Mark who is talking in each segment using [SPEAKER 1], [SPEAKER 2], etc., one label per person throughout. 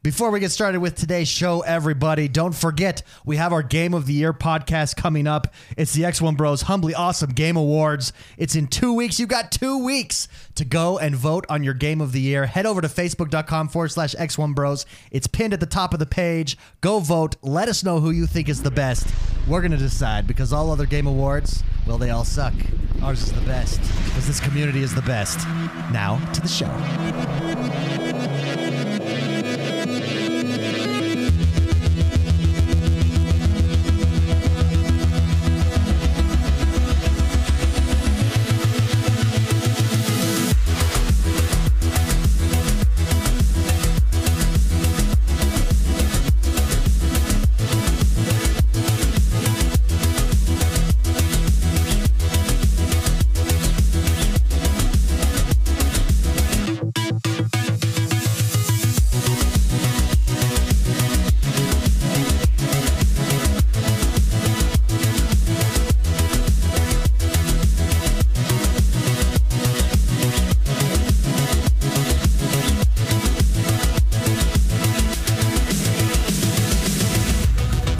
[SPEAKER 1] Before we get started with today's show, everybody, don't forget we have our Game of the Year podcast coming up. It's the X1 Bros Humbly Awesome Game Awards. It's in two weeks. You've got two weeks to go and vote on your Game of the Year. Head over to facebook.com forward slash X1 Bros. It's pinned at the top of the page. Go vote. Let us know who you think is the best. We're going to decide because all other Game Awards, well, they all suck. Ours is the best because this community is the best. Now to the show.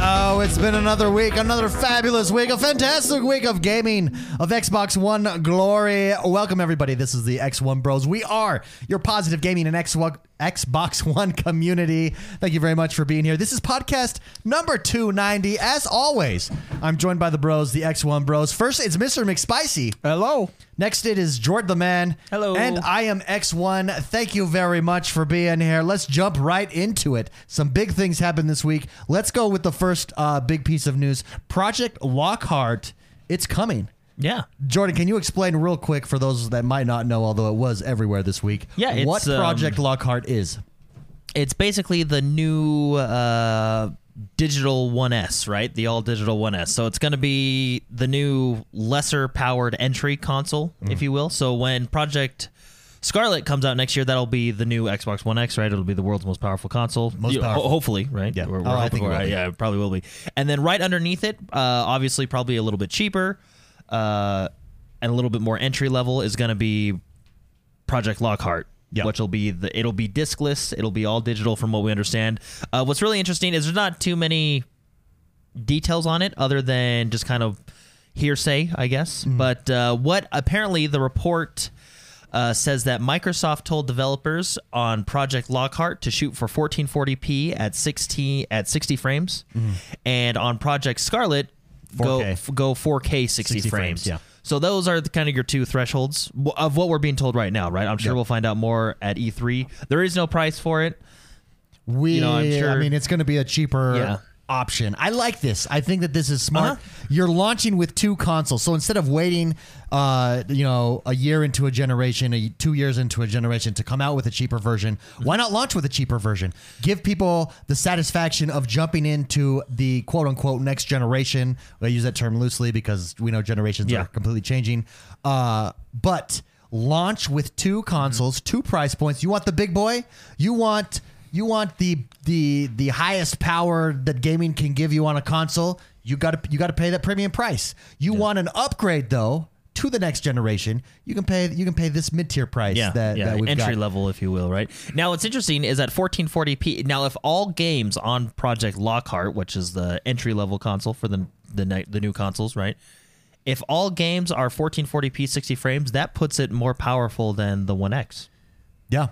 [SPEAKER 1] Oh, it's been another week, another fabulous week, a fantastic week of gaming, of Xbox One glory. Welcome, everybody. This is the X1 Bros. We are your positive gaming and Xbox. Xbox One community. Thank you very much for being here. This is podcast number 290. As always, I'm joined by the bros, the X1 bros. First, it's Mr. McSpicy.
[SPEAKER 2] Hello.
[SPEAKER 1] Next, it is Jordan the Man.
[SPEAKER 2] Hello.
[SPEAKER 1] And I am X1. Thank you very much for being here. Let's jump right into it. Some big things happened this week. Let's go with the first uh, big piece of news Project Lockhart. It's coming.
[SPEAKER 2] Yeah.
[SPEAKER 1] Jordan, can you explain real quick for those that might not know, although it was everywhere this week,
[SPEAKER 2] Yeah, it's,
[SPEAKER 1] what
[SPEAKER 2] um,
[SPEAKER 1] Project Lockhart is?
[SPEAKER 2] It's basically the new uh, digital 1S, right? The all digital 1S. So it's going to be the new lesser powered entry console, if you will. So when Project Scarlet comes out next year, that'll be the new Xbox One X, right? It'll be the world's most powerful console.
[SPEAKER 1] Most
[SPEAKER 2] Yeah, ho-
[SPEAKER 1] powerful.
[SPEAKER 2] hopefully, right?
[SPEAKER 1] Yeah.
[SPEAKER 2] We're, we're
[SPEAKER 1] Oh, I
[SPEAKER 2] hoping
[SPEAKER 1] think it
[SPEAKER 2] for
[SPEAKER 1] will
[SPEAKER 2] it.
[SPEAKER 1] be.
[SPEAKER 2] Yeah, it probably will be. And then right underneath it, uh, obviously, probably a little bit cheaper uh, and a little bit more entry level is going to be Project Lockhart.
[SPEAKER 1] Yeah.
[SPEAKER 2] Which will be the it'll be discless, it'll be all digital from what we understand. Uh, what's really interesting is there's not too many details on it other than just kind of hearsay, I guess.
[SPEAKER 1] Mm-hmm.
[SPEAKER 2] But uh, what apparently the report uh, says that Microsoft told developers on Project Lockhart to shoot for 1440p at 60 at 60 frames,
[SPEAKER 1] Mm-hmm.
[SPEAKER 2] and on Project Scarlet go
[SPEAKER 1] 4K.
[SPEAKER 2] f- go 4K 60,
[SPEAKER 1] 60 frames,
[SPEAKER 2] frames.
[SPEAKER 1] yeah.
[SPEAKER 2] So those are the, kind of your two thresholds w- of what we're being told right now, right? I'm sure
[SPEAKER 1] Yeah.
[SPEAKER 2] we'll find out more at E3. There is no price for it.
[SPEAKER 1] We,
[SPEAKER 2] know, I'm
[SPEAKER 1] I
[SPEAKER 2] sure-
[SPEAKER 1] mean, it's going to be a cheaper
[SPEAKER 2] Yeah.
[SPEAKER 1] option. I like this. I think that this is smart.
[SPEAKER 2] Uh-huh.
[SPEAKER 1] You're launching with two consoles, so instead of waiting, uh, you know, a year into a generation, a, two years into a generation to come out with a cheaper version, why not launch with a cheaper version? Give people the satisfaction of jumping into the quote unquote next generation. I use that term loosely because we know generations
[SPEAKER 2] Yeah.
[SPEAKER 1] are completely changing. Uh, but launch with two consoles, two price points. You want the big boy? You want you want the the the highest power that gaming can give you on a console? You got to you got to pay that premium price. You want an upgrade though to the next generation. You can pay you can pay this mid tier price that, that we've
[SPEAKER 2] entry
[SPEAKER 1] got.
[SPEAKER 2] level, if you will, right? Now, what's interesting is at 1440p. Now, if all games on Project Lockhart, which is the entry level console for the the ni- the new consoles, right? If all games are 1440p 60 frames, that puts it more powerful than the One X,
[SPEAKER 1] Yeah.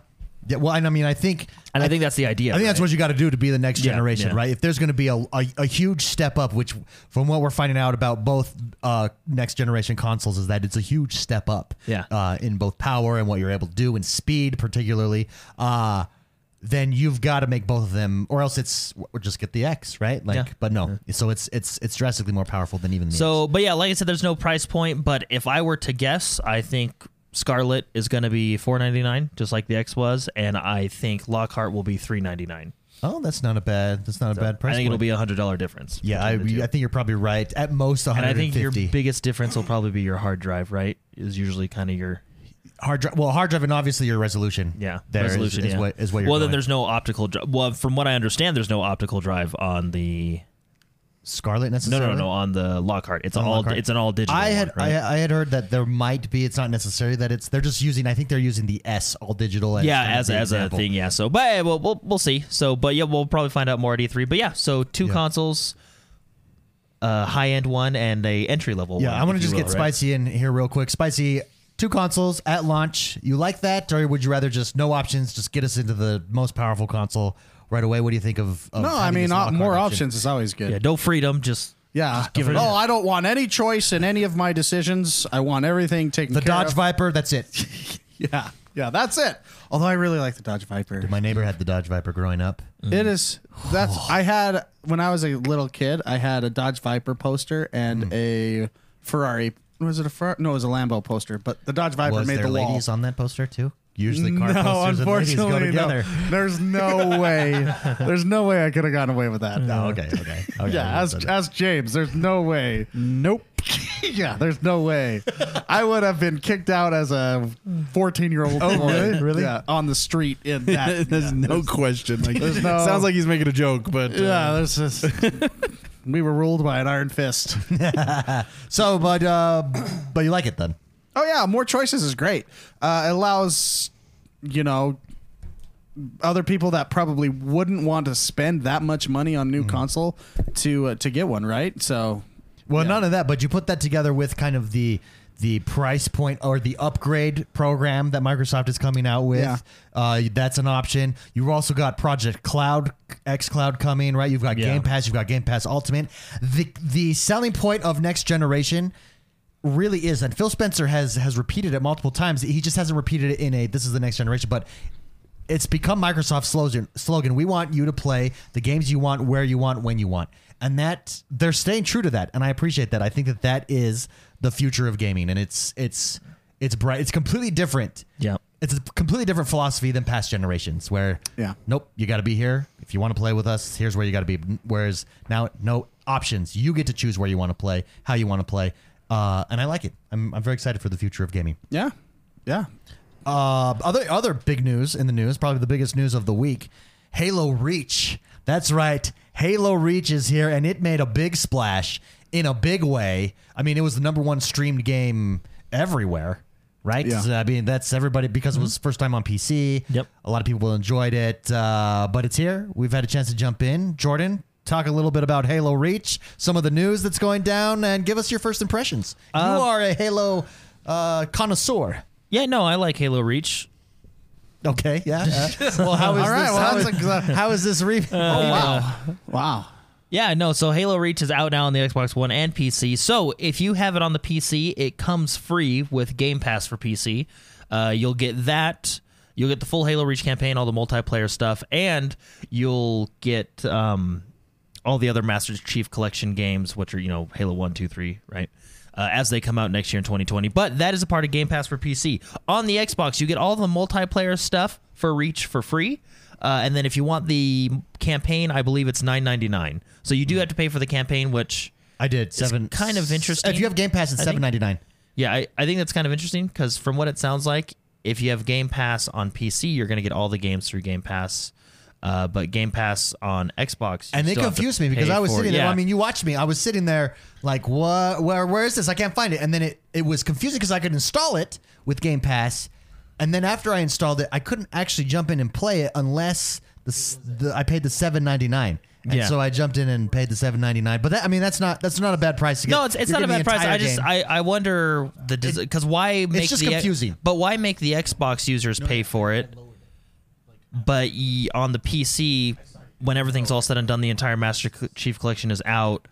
[SPEAKER 1] Yeah, well, and I mean, I think
[SPEAKER 2] and I, think that's the idea.
[SPEAKER 1] I think that's what you got to do to be the next
[SPEAKER 2] Yeah,
[SPEAKER 1] generation,
[SPEAKER 2] yeah.
[SPEAKER 1] right? If there's going to be a, a, a huge step up, which from what we're finding out about both uh, next generation consoles is that it's a huge step up
[SPEAKER 2] Yeah.
[SPEAKER 1] uh, in both power and what you're able to do and speed, particularly. Uh, then you've got to make both of them, or else it's or just get the X, right? Like,
[SPEAKER 2] Yeah.
[SPEAKER 1] but no, so it's it's it's drastically more powerful than even the X.
[SPEAKER 2] So, but yeah, like I said, there's no price point. But if I were to guess, I think Scarlet is going to be 4.99, just like the X was, and I think Lockhart will be 3.99.
[SPEAKER 1] Oh, that's not a bad that's not a bad price.
[SPEAKER 2] I think it'll
[SPEAKER 1] point.
[SPEAKER 2] be a hundred dollar difference.
[SPEAKER 1] yeah. I,
[SPEAKER 2] between the two.
[SPEAKER 1] I think you're probably right. At most,
[SPEAKER 2] And I
[SPEAKER 1] 150.
[SPEAKER 2] think your biggest difference will probably be your hard drive, right? Is usually kind of your
[SPEAKER 1] hard drive. Well, hard drive and obviously your resolution.
[SPEAKER 2] yeah
[SPEAKER 1] there is-
[SPEAKER 2] resolution.
[SPEAKER 1] is,
[SPEAKER 2] yeah.
[SPEAKER 1] what is what you're.
[SPEAKER 2] well, then
[SPEAKER 1] going.
[SPEAKER 2] there's no optical. Dri- well, from what I understand, there's no optical drive on the
[SPEAKER 1] Scarlet
[SPEAKER 2] No,
[SPEAKER 1] necessarily.
[SPEAKER 2] no, no, on the Lockhart. It's an all.
[SPEAKER 1] Lockhart.
[SPEAKER 2] It's an all digital.
[SPEAKER 1] I had
[SPEAKER 2] one, right?
[SPEAKER 1] I, I had heard that there might be. It's not necessary that it's. They're just using. I think they're using the S all digital. As kind
[SPEAKER 2] yeah,
[SPEAKER 1] of
[SPEAKER 2] as
[SPEAKER 1] the
[SPEAKER 2] as a
[SPEAKER 1] example.
[SPEAKER 2] thing. Yeah. So, but eh, we'll, we'll we'll see. So, but yeah, we'll probably find out more at E3. But yeah, so two
[SPEAKER 1] Yeah.
[SPEAKER 2] consoles, a high end one and a entry level.
[SPEAKER 1] Yeah,
[SPEAKER 2] one,
[SPEAKER 1] I want
[SPEAKER 2] if
[SPEAKER 1] to
[SPEAKER 2] you
[SPEAKER 1] just
[SPEAKER 2] will,
[SPEAKER 1] get
[SPEAKER 2] right?
[SPEAKER 1] spicy in here real quick. Spicy, two consoles at launch. You like that, or would you rather just no options? Just get us into the most powerful console right away. What do you think of? of
[SPEAKER 3] No, I
[SPEAKER 1] having
[SPEAKER 3] mean
[SPEAKER 1] this
[SPEAKER 3] uh,
[SPEAKER 1] lock-on
[SPEAKER 3] more
[SPEAKER 1] option?
[SPEAKER 3] options is always good.
[SPEAKER 2] Yeah, no freedom. Just
[SPEAKER 3] Yeah.
[SPEAKER 2] give it
[SPEAKER 3] oh,
[SPEAKER 2] a-
[SPEAKER 3] I don't want any choice in any of my decisions. I want everything taken
[SPEAKER 1] The
[SPEAKER 3] care
[SPEAKER 1] Dodge
[SPEAKER 3] of.
[SPEAKER 1] Viper. That's it.
[SPEAKER 3] Yeah. Yeah, that's it. Although I really like the Dodge Viper.
[SPEAKER 1] My neighbor had the Dodge Viper growing up.
[SPEAKER 3] It is that's I had when I was a little kid, I had a Dodge Viper poster and
[SPEAKER 1] Hmm.
[SPEAKER 3] a Ferrari was it a Ferrari? No, it was a Lambo poster, but the Dodge Viper
[SPEAKER 1] Was
[SPEAKER 3] made
[SPEAKER 1] there
[SPEAKER 3] the wall.
[SPEAKER 1] ladies on that poster too? Usually, car
[SPEAKER 3] no,
[SPEAKER 1] posters and ladies go
[SPEAKER 3] unfortunately, no.
[SPEAKER 1] together.
[SPEAKER 3] There's no way. There's no way I could have gotten away with that.
[SPEAKER 1] Oh, okay, okay, okay.
[SPEAKER 3] Yeah, ask, ask James. There's no way. Nope. yeah, there's no way. I would have been kicked out as a 14 year old. Oh,
[SPEAKER 1] really? Really?
[SPEAKER 3] Yeah, on the street in that.
[SPEAKER 4] there's no question. Like,
[SPEAKER 3] there's no-
[SPEAKER 4] sounds like he's making a joke, but uh,
[SPEAKER 3] yeah, there's just. we were ruled by an iron fist.
[SPEAKER 1] So, but uh, but you like it then?
[SPEAKER 3] Oh yeah, more choices is great. Uh, it allows, you know, other people that probably wouldn't want to spend that much money on new console to uh, to get one, right? So
[SPEAKER 1] Well,
[SPEAKER 3] Yeah.
[SPEAKER 1] none of that, but you put that together with kind of the the price point or the upgrade program that Microsoft is coming out with.
[SPEAKER 3] Yeah.
[SPEAKER 1] Uh, that's an option. You've also got Project Cloud, X Cloud coming, right? You've got
[SPEAKER 2] Yeah.
[SPEAKER 1] Game Pass, you've got Game Pass Ultimate. The the selling point of next generation really is, and Phil Spencer has has repeated it multiple times. He just hasn't repeated it in a this is the next generation, but it's become Microsoft's slogan. Slogan: We want you to play the games you want, where you want, when you want, and that they're staying true to that. And I appreciate that. I think that that is the future of gaming, and it's it's it's bright. It's completely different.
[SPEAKER 2] Yeah.
[SPEAKER 1] it's a completely different philosophy than past generations, where
[SPEAKER 3] Yeah.
[SPEAKER 1] nope, you got to be here if you want to play with us. Here's where you got to be. Whereas now, no options. You get to choose where you want to play, how you want to play, uh, and I like it. I'm I'm very excited for the future of gaming.
[SPEAKER 3] yeah, yeah.
[SPEAKER 1] Uh, other other big news in the news, probably the biggest news of the week, Halo Reach. That's right, Halo Reach is here, and it made a big splash in a big way. I mean, it was the number one streamed game everywhere, right?
[SPEAKER 3] Yeah.
[SPEAKER 1] I mean, that's everybody because it was first time on PC.
[SPEAKER 2] Yep.
[SPEAKER 1] a lot of people enjoyed it, uh, but it's here. We've had a chance to jump in, Jordan. Talk a little bit about Halo Reach, some of the news that's going down, and give us your first impressions. you are a Halo uh, connoisseur.
[SPEAKER 2] yeah. No, I like Halo Reach.
[SPEAKER 1] Okay, yeah. uh, well, how is
[SPEAKER 3] All right,
[SPEAKER 1] this?
[SPEAKER 3] well,
[SPEAKER 1] how,
[SPEAKER 3] that's
[SPEAKER 1] is, Uh,
[SPEAKER 3] a good-
[SPEAKER 1] how is this re-
[SPEAKER 3] Oh wow, wow.
[SPEAKER 2] Yeah, no. So Halo Reach is out now on the Xbox One and PC. So if you have it on the PC, it comes free with Game Pass for PC. Uh, you'll get that. You'll get the full Halo Reach campaign, all the multiplayer stuff, and you'll get um, all the other Master Chief Collection games, which are you know Halo One, Two, Three, right? Uh, as they come out next year in 2020. But that is a part of Game Pass for PC. On the Xbox, you get all the multiplayer stuff for Reach for free. Uh, and then if you want the campaign, I believe it's nine ninety nine. So you
[SPEAKER 1] Hmm.
[SPEAKER 2] do have to pay for the campaign, which
[SPEAKER 1] I did seven.
[SPEAKER 2] kind of interesting.
[SPEAKER 1] If you have Game Pass, it's
[SPEAKER 2] I think-
[SPEAKER 1] seven ninety nine.
[SPEAKER 2] yeah, I, I think that's kind of interesting because from what it sounds like, if you have Game Pass on PC, you're going to get all the games through Game Pass. Uh, but Game Pass on Xbox, you
[SPEAKER 1] And it
[SPEAKER 2] still have to
[SPEAKER 1] confused me because
[SPEAKER 2] pay
[SPEAKER 1] I was
[SPEAKER 2] for-
[SPEAKER 1] sitting there.
[SPEAKER 2] yeah.
[SPEAKER 1] I mean, you watched me. I was sitting there like, what? Where? Where is this? I can't find it. And then it it was confusing because I could install it with Game Pass, and then after I installed it, I couldn't actually jump in and play it unless the, s- the I paid the seven ninety nine. And
[SPEAKER 2] Yeah.
[SPEAKER 1] so I jumped in and paid the seven ninety nine. But that, I mean, that's not that's not a bad price to get.
[SPEAKER 2] No, it's, it's
[SPEAKER 1] You're
[SPEAKER 2] not a
[SPEAKER 1] getting
[SPEAKER 2] bad
[SPEAKER 1] the
[SPEAKER 2] price.
[SPEAKER 1] entire
[SPEAKER 2] I just
[SPEAKER 1] game.
[SPEAKER 2] I, I wonder the because why make
[SPEAKER 1] just
[SPEAKER 2] the, e,
[SPEAKER 1] confusing.
[SPEAKER 2] But why make the Xbox users pay for it? But y- on the PC, when everything's all said and done, the entire Master Co- Chief Collection is out.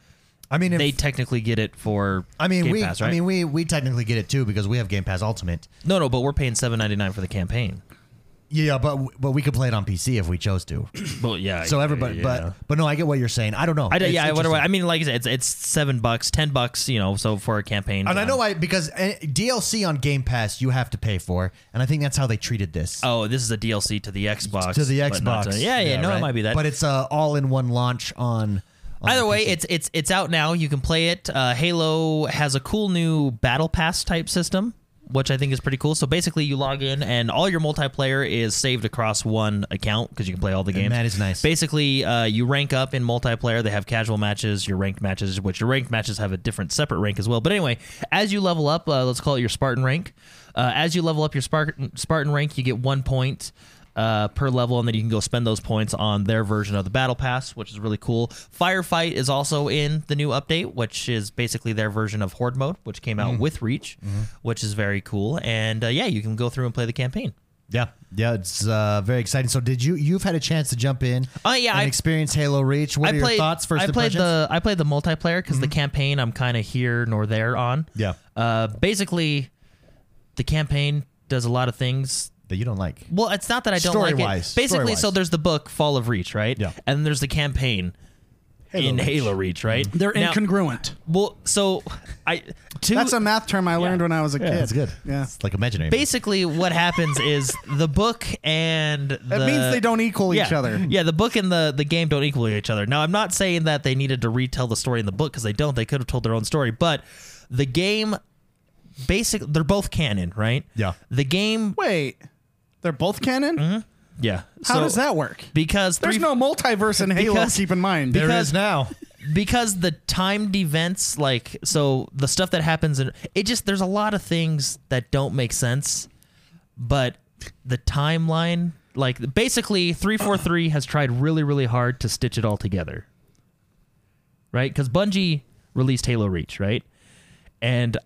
[SPEAKER 1] I mean, if-
[SPEAKER 2] They technically get it for.
[SPEAKER 1] I mean,
[SPEAKER 2] Game
[SPEAKER 1] we.
[SPEAKER 2] Pass, right?
[SPEAKER 1] I mean, we. We technically get it too because we have Game Pass Ultimate.
[SPEAKER 2] no, no, but we're paying seven ninety nine for the campaign.
[SPEAKER 1] Yeah, but but we could play it on PC if we chose to.
[SPEAKER 2] Well, yeah.
[SPEAKER 1] So everybody, but but no, I get what you're saying. I don't know.
[SPEAKER 2] I don't-
[SPEAKER 1] It's
[SPEAKER 2] yeah, I wonder why. I
[SPEAKER 1] interesting.
[SPEAKER 2] mean, like I said, it's, it's seven bucks, ten bucks, you know, so for a campaign.
[SPEAKER 1] and I
[SPEAKER 2] um,
[SPEAKER 1] know why because uh, DLC on Game Pass you have to pay for, and I think that's how they treated this
[SPEAKER 2] Oh, this is a DLC to the Xbox.
[SPEAKER 1] to the
[SPEAKER 2] but not
[SPEAKER 1] Xbox.
[SPEAKER 2] to- yeah, yeah, no,
[SPEAKER 1] right?
[SPEAKER 2] it might be that.
[SPEAKER 1] but it's uh, all in one launch on. on
[SPEAKER 2] Either
[SPEAKER 1] the
[SPEAKER 2] way,
[SPEAKER 1] PC.
[SPEAKER 2] it's it's it's out now. You can play it. Uh, Halo has a cool new battle pass type system which I think is pretty cool. So basically, you log in and all your multiplayer is saved across one account because you can play all the games.
[SPEAKER 1] that is nice.
[SPEAKER 2] Basically, uh, you rank up in multiplayer. They have casual matches, your ranked matches, which your ranked matches have a different separate rank as well. But anyway, as you level up, uh, let's call it your Spartan rank. Uh, as you level up your Spartan, Spartan rank, you get one point uh, per level, and then you can go spend those points on their version of the battle pass, which is really cool. Firefight is also in the new update, which is basically their version of Horde mode, which came
[SPEAKER 1] Mm-hmm.
[SPEAKER 2] out with Reach, which is very cool. And uh, yeah, you can go through and play the campaign.
[SPEAKER 1] Yeah, yeah, it's uh, very exciting. So, did you you've had a chance to jump in?
[SPEAKER 2] Oh, yeah,
[SPEAKER 1] and
[SPEAKER 2] I-
[SPEAKER 1] experience Halo Reach. What are your thoughts? First
[SPEAKER 2] I played
[SPEAKER 1] impressions? Mm-hmm.
[SPEAKER 2] the I played the multiplayer because the campaign I'm kind of here nor there on.
[SPEAKER 1] Yeah.
[SPEAKER 2] Uh, basically, the campaign does a lot of things
[SPEAKER 1] that you don't like.
[SPEAKER 2] Well, it's not that I don't like
[SPEAKER 1] Story-wise,
[SPEAKER 2] it. Basically,
[SPEAKER 1] story-wise.
[SPEAKER 2] so there's the book Fall of Reach, right?
[SPEAKER 1] Yeah.
[SPEAKER 2] And then there's the campaign in
[SPEAKER 1] Reach. Mm-hmm.
[SPEAKER 2] Halo Reach, right?
[SPEAKER 3] They're
[SPEAKER 2] Now-
[SPEAKER 3] incongruent.
[SPEAKER 2] well, so I two
[SPEAKER 3] That's a math term I learned when I was a kid.
[SPEAKER 1] It's good.
[SPEAKER 3] Yeah.
[SPEAKER 1] it's like imaginary.
[SPEAKER 2] basically what happens is the book and the,
[SPEAKER 3] That means they don't equal
[SPEAKER 2] yeah,
[SPEAKER 3] each other.
[SPEAKER 2] Yeah, the book and the the game don't equal each other. Now, I'm not saying that they needed to retell the story in the book because they don't. They could have told their own story, but the game, basic, they're both canon, right?
[SPEAKER 1] Yeah.
[SPEAKER 2] The game,
[SPEAKER 3] Wait, they're both canon?
[SPEAKER 2] yeah.
[SPEAKER 3] How
[SPEAKER 2] So-
[SPEAKER 3] does that work?
[SPEAKER 2] Because
[SPEAKER 3] There's
[SPEAKER 2] three-
[SPEAKER 3] no multiverse in Halo,
[SPEAKER 2] Because-
[SPEAKER 3] keep in mind.
[SPEAKER 1] there
[SPEAKER 2] because-
[SPEAKER 1] is now.
[SPEAKER 2] because the timed events like so the stuff that happens and it just there's a lot of things that don't make sense but the timeline like basically 343 has tried really really hard to stitch it all together right because bungie released halo reach right and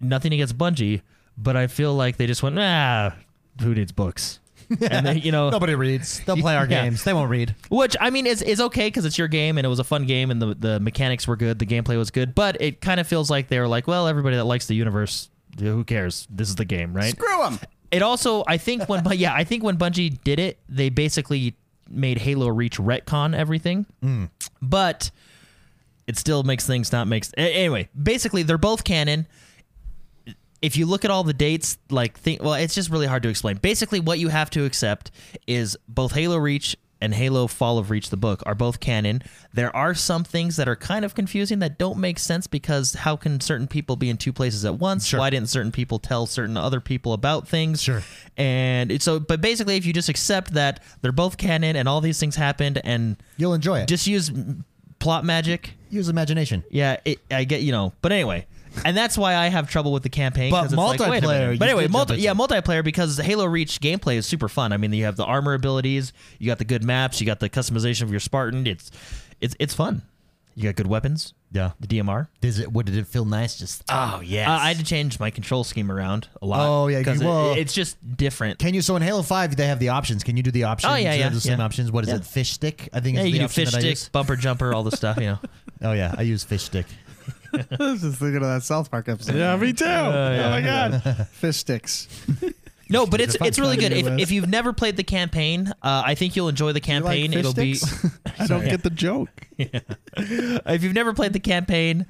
[SPEAKER 2] nothing against bungie but i feel like they just went ah who needs books and they, you know
[SPEAKER 1] Nobody reads. They'll play our
[SPEAKER 2] Oh. Yeah.
[SPEAKER 1] games. They won't read.
[SPEAKER 2] which I mean is is okay because it's your game and it was a fun game and the the mechanics were good, the gameplay was good, but it kind of feels like they were like, well, everybody that likes the universe, who cares? This is the game, right?
[SPEAKER 3] Screw them.
[SPEAKER 2] It also, I think when, but yeah, I think when Bungie did it, they basically made Halo Reach retcon everything, but it still makes things not makes. a- Anyway, basically, they're both canon. If you look at all the dates, like think, well, it's just really hard to explain. Basically, what you have to accept is both Halo Reach and Halo Fall of Reach, the book, are both canon. There are some things that are kind of confusing that don't make sense because how can certain people be in two places at once?
[SPEAKER 1] Sure.
[SPEAKER 2] Why didn't certain people tell certain other people about things?
[SPEAKER 1] Sure.
[SPEAKER 2] And it's so, but basically, if you just accept that they're both canon and all these things happened, and
[SPEAKER 1] You'll enjoy it. Just
[SPEAKER 2] just use mm, plot magic,
[SPEAKER 1] use imagination.
[SPEAKER 2] yeah, it, I get you know, but anyway, and that's why I have trouble with the campaign.
[SPEAKER 1] But
[SPEAKER 2] 'cause it's like, wait a minute.
[SPEAKER 1] multiplayer,
[SPEAKER 2] but
[SPEAKER 1] you
[SPEAKER 2] anyway,
[SPEAKER 1] did jump
[SPEAKER 2] multi,
[SPEAKER 1] into
[SPEAKER 2] yeah,
[SPEAKER 1] it.
[SPEAKER 2] multiplayer because Halo Reach gameplay is super fun. I mean, you have the armor abilities, you got the good maps, you got the customization of your Spartan. It's it's it's fun. You got good weapons.
[SPEAKER 1] Yeah.
[SPEAKER 2] the DMR.
[SPEAKER 1] Does it? What did it feel nice? Just oh yes.
[SPEAKER 2] Uh, I had to change my control scheme around a lot.
[SPEAKER 1] Oh, yeah,
[SPEAKER 2] because
[SPEAKER 1] well-
[SPEAKER 2] it, it's just different.
[SPEAKER 1] Can you so in Halo Five they have the options? Can you do the options?
[SPEAKER 2] Oh, yeah,
[SPEAKER 1] They have
[SPEAKER 2] yeah,
[SPEAKER 1] the same
[SPEAKER 2] yeah.
[SPEAKER 1] options. What is
[SPEAKER 2] Yeah.
[SPEAKER 1] it? Fish stick. I think.
[SPEAKER 2] yeah,
[SPEAKER 1] is
[SPEAKER 2] you
[SPEAKER 1] the
[SPEAKER 2] can do
[SPEAKER 1] option
[SPEAKER 2] fish
[SPEAKER 1] that I
[SPEAKER 2] stick,
[SPEAKER 1] use.
[SPEAKER 2] bumper jumper, all the stuff. You know.
[SPEAKER 1] Oh yeah, I use fish stick.
[SPEAKER 3] I was just thinking of that South Park episode.
[SPEAKER 4] Yeah, me too. Oh my god.
[SPEAKER 3] Fish sticks.
[SPEAKER 2] No, but it's
[SPEAKER 4] fun
[SPEAKER 2] it's really
[SPEAKER 4] time
[SPEAKER 2] good.
[SPEAKER 4] to
[SPEAKER 2] If,
[SPEAKER 4] do this.
[SPEAKER 2] if you've never played the campaign, uh, I think you'll enjoy the
[SPEAKER 3] You like
[SPEAKER 2] campaign.
[SPEAKER 3] fish
[SPEAKER 2] It'll be
[SPEAKER 3] sticks?
[SPEAKER 4] I don't get the joke.
[SPEAKER 2] if you've never played the campaign,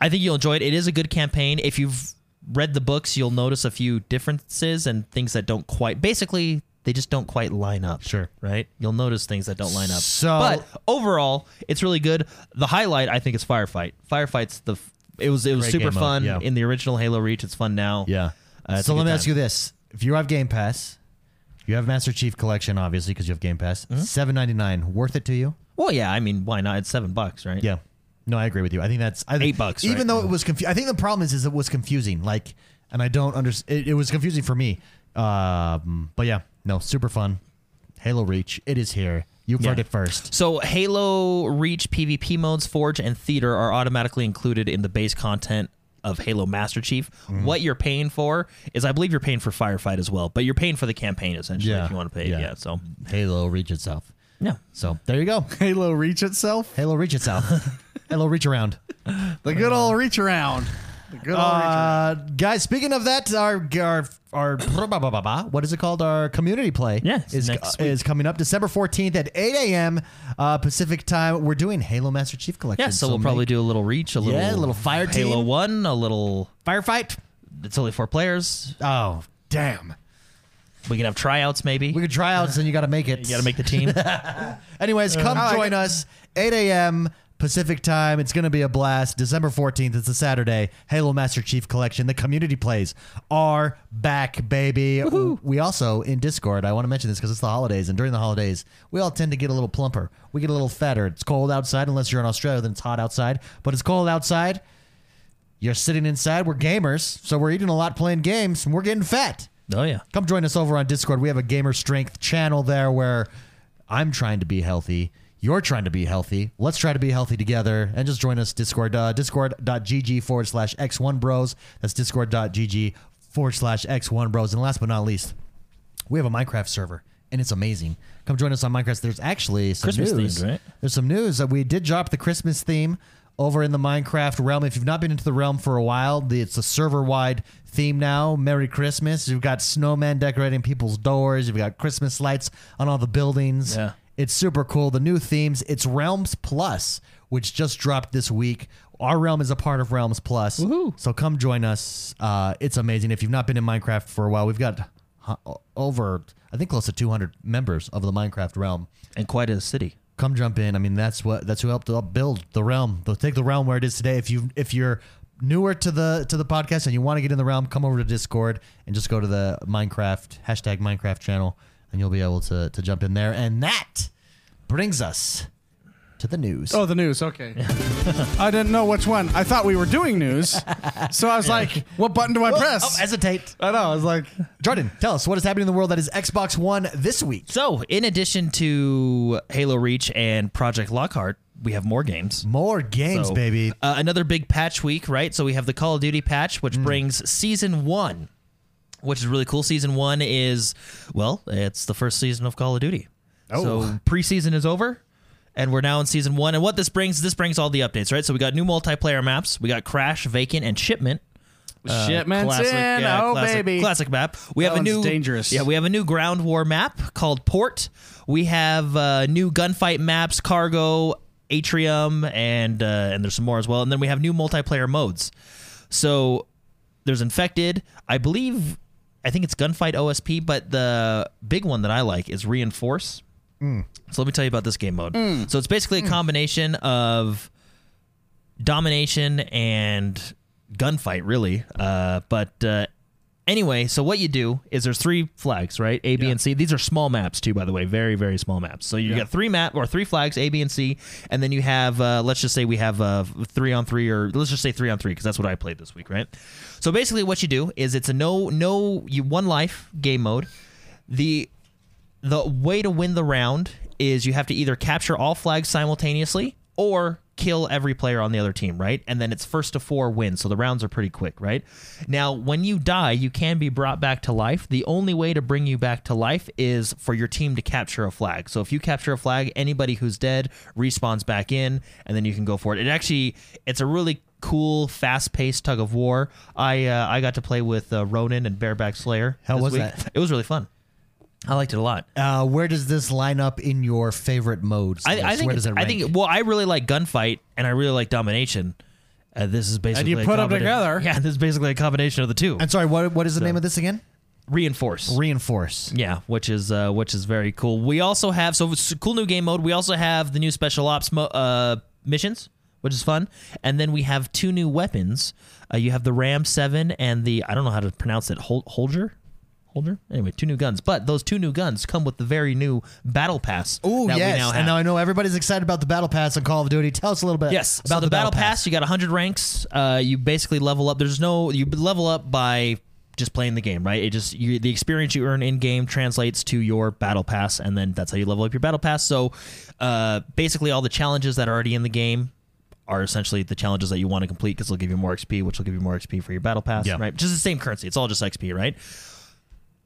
[SPEAKER 2] I think you'll enjoy it. It is a good campaign. If you've read the books, you'll notice a few differences and things that don't quite. Basically, they just don't quite line up.
[SPEAKER 1] Sure.
[SPEAKER 2] right? You'll notice things that don't line up.
[SPEAKER 1] So-
[SPEAKER 2] but overall, it's really good. The highlight, I think, is firefight. Firefight's the. f- It was it was
[SPEAKER 1] Great
[SPEAKER 2] super
[SPEAKER 1] game mode,
[SPEAKER 2] fun
[SPEAKER 1] yeah.
[SPEAKER 2] in the original Halo Reach. It's fun now.
[SPEAKER 1] Yeah.
[SPEAKER 2] Uh, it's
[SPEAKER 1] so
[SPEAKER 2] a
[SPEAKER 1] let
[SPEAKER 2] good
[SPEAKER 1] me ask
[SPEAKER 2] time.
[SPEAKER 1] you this: If you have Game Pass, you have Master Chief Collection, obviously, because you have Game Pass.
[SPEAKER 2] Mm-hmm.
[SPEAKER 1] Seven ninety nine, worth it to you?
[SPEAKER 2] Well, yeah. I mean, why not? It's seven bucks, right?
[SPEAKER 1] Yeah. No, I agree with you. I think that's I think,
[SPEAKER 2] Eight bucks,
[SPEAKER 1] Even
[SPEAKER 2] right?
[SPEAKER 1] though it was confusing, I think the problem is, is it was confusing. Like, and I don't understand. It, it was confusing for me. Um, but yeah, no, super fun. Halo Reach, it is here. You've heard
[SPEAKER 2] Yeah.
[SPEAKER 1] it first.
[SPEAKER 2] So Halo Reach PvP modes, Forge, and Theater are automatically included in the base content of Halo Master Chief.
[SPEAKER 1] Mm-hmm.
[SPEAKER 2] What you're paying for is, I believe, you're paying for Firefight as well, but you're paying for the campaign essentially
[SPEAKER 1] Yeah.
[SPEAKER 2] if you want to pay.
[SPEAKER 1] Yeah.
[SPEAKER 2] Yeah. so
[SPEAKER 1] Halo Reach itself.
[SPEAKER 2] yeah.
[SPEAKER 1] So there you go.
[SPEAKER 3] Halo Reach itself.
[SPEAKER 1] Halo Reach itself. Halo Reach around.
[SPEAKER 3] The good old reach around. The good old reach around.
[SPEAKER 1] Uh, guys, speaking of that, our our our blah, blah, blah, blah, blah, what is it called? Our community play
[SPEAKER 2] Yeah, it's
[SPEAKER 1] is
[SPEAKER 2] next
[SPEAKER 1] is coming up December fourteenth at eight a.m. Uh, Pacific time. We're doing Halo Master Chief Collection.
[SPEAKER 2] Yeah, so, we'll probably do a little Reach, a little,
[SPEAKER 1] Yeah, a little Fire
[SPEAKER 2] Halo
[SPEAKER 1] Team.
[SPEAKER 2] One, a little.
[SPEAKER 1] firefight.
[SPEAKER 2] It's only four players.
[SPEAKER 1] Oh damn!
[SPEAKER 2] We can have tryouts, maybe.
[SPEAKER 1] We could try outs and you got to make Uh, it.
[SPEAKER 2] you got to make the team.
[SPEAKER 1] Anyways, come join us eight a.m. Pacific time. It's going to be a blast. December 14th, it's a Saturday. Halo Master Chief Collection. The community plays are back, baby. We also, in Discord, I want to mention this because it's the holidays, and during the holidays, we all tend to get a little plumper. We get a little fatter. It's cold outside, unless you're in Australia, then it's hot outside. But it's cold outside. You're sitting inside. We're gamers, so we're eating a lot playing games, and we're getting fat
[SPEAKER 2] Oh yeah.
[SPEAKER 1] come join us over on Discord. We have a gamer strength channel there where I'm trying to be healthy. You're trying to be healthy. Let's try to be healthy together and just join us. Discord, uh, discord.gg forward slash x1 bros. That's discord.gg forward slash x1 bros. And last but not least, we have a Minecraft server, and it's amazing. Come join us on Minecraft. There's actually some
[SPEAKER 2] Christmas
[SPEAKER 1] news.
[SPEAKER 2] themed, right?
[SPEAKER 1] There's some news that we did drop the Christmas theme over in the Minecraft realm. If you've not been into the realm for a while, the- it's a server-wide theme now. Merry Christmas! You've got snowmen decorating people's doors. You've got Christmas lights on all the buildings.
[SPEAKER 2] Yeah.
[SPEAKER 1] It's super cool. The new themes. It's Realms Plus, which just dropped this week. Our realm is a part of Realms Plus. So come join us. Uh, it's amazing. If you've not been in Minecraft for a while, we've got uh, over, I think, close to 200 members of the Minecraft realm.
[SPEAKER 2] And quite a city.
[SPEAKER 1] Come jump in. I mean, that's what that's who helped build the realm. They'll take the realm where it is today. If you if you're newer to the to the podcast and you want to get in the realm, come over to Discord and just go to the Minecraft hashtag Minecraft channel, and you'll be able to to jump in there. And that brings us to the news.
[SPEAKER 3] Oh, the news. Okay. I didn't know which one. I thought we were doing news. So I was like, what button do I
[SPEAKER 2] oh,
[SPEAKER 3] press?
[SPEAKER 1] hesitate.
[SPEAKER 3] I know. I was like,
[SPEAKER 1] Jordan, tell us what is happening in the world that is Xbox One this week.
[SPEAKER 2] So, in addition to Halo Reach and Project Lockhart, we have more games.
[SPEAKER 1] More games,
[SPEAKER 2] So,
[SPEAKER 1] baby.
[SPEAKER 2] Uh, another big patch week, right? So we have the Call of Duty patch,
[SPEAKER 1] Mm.
[SPEAKER 2] which brings season one, which is really cool. Season one is, well, it's the first season of Call of Duty.
[SPEAKER 1] Oh.
[SPEAKER 2] So preseason is over. And we're now in season one. And what this brings, this brings all the updates, right? So we got new multiplayer maps. We got Crash, Vacant, and Shipment. Uh,
[SPEAKER 3] shipments in.
[SPEAKER 2] yeah,
[SPEAKER 3] oh,
[SPEAKER 2] classic,
[SPEAKER 3] baby.
[SPEAKER 2] classic map. We
[SPEAKER 3] That
[SPEAKER 2] have a new
[SPEAKER 3] one's dangerous.
[SPEAKER 2] Yeah, we have a new ground war map called Port. We have uh, new gunfight maps, cargo, atrium, and uh, and there's some more as well. And then we have new multiplayer modes. So there's infected. I believe, I think it's gunfight OSP, but the big one that I like is reinforce. So let me tell you about this game mode. So it's basically a combination of domination and gunfight, really. Uh, but uh, anyway, so what you do is there's three flags, right? A, B, and C. These are small maps too, by the way. Very, very small maps. So you got three map or three flags, A, B, and C, and then you have uh, let's just say we have uh, three on three, or let's just say three on three because that's what I played this week, right? So basically, what you do is it's a no no you one life game mode. The the way to win the round is you have to either capture all flags simultaneously or kill every player on the other team, right? And then it's first to four wins. So the rounds are pretty quick, right? Now, when you die, you can be brought back to life. The only way to bring you back to life is for your team to capture a flag. So if you capture a flag, anybody who's dead respawns back in and then you can go for it. It actually it's a really cool, fast-paced tug of war. I uh, I got to play with uh, Ronan and Bareback Slayer.
[SPEAKER 1] How
[SPEAKER 2] this
[SPEAKER 1] was
[SPEAKER 2] week.
[SPEAKER 1] that?
[SPEAKER 2] It was really fun. I liked it a lot.
[SPEAKER 1] Uh, where does this line up in your favorite modes?
[SPEAKER 2] I, I think
[SPEAKER 1] where does it
[SPEAKER 2] I
[SPEAKER 1] rank?
[SPEAKER 2] think well, I really like gunfight and I really like domination. Uh, this is basically
[SPEAKER 3] you
[SPEAKER 2] a
[SPEAKER 3] put 'em
[SPEAKER 2] combina-
[SPEAKER 3] together.
[SPEAKER 2] Yeah, this is basically a combination of the two.
[SPEAKER 1] I'm sorry. What what is the name of this again?
[SPEAKER 2] Reinforce.
[SPEAKER 1] Reinforce.
[SPEAKER 2] yeah, which is uh, which is very cool. We also have so it's a cool new game mode. We also have the new special ops mo- uh, missions, which is fun, and then we have two new weapons. Uh, you have the Ram Seven and the I don't know how to pronounce it Hol- Holger. Holder? Anyway, two new guns, but those two new guns come with the very new battle pass.
[SPEAKER 1] Oh
[SPEAKER 2] that we
[SPEAKER 1] yes,
[SPEAKER 2] now have.
[SPEAKER 1] and now I know everybody's excited about the battle pass on Call of Duty. Tell us a little bit.
[SPEAKER 2] Yes,
[SPEAKER 1] about
[SPEAKER 2] so the, battle pass, You got 100 ranks. Uh, you basically level up. There's no you level up by just playing the game, right? It just you, the experience you earn in game translates to your battle pass, and then that's how you level up your battle pass. So, uh, basically, all the challenges that are already in the game are essentially the challenges that you want to complete because they'll give you more XP, which will give you more XP for your battle pass,
[SPEAKER 1] Yeah.
[SPEAKER 2] right? Just the same currency. It's all just XP, right?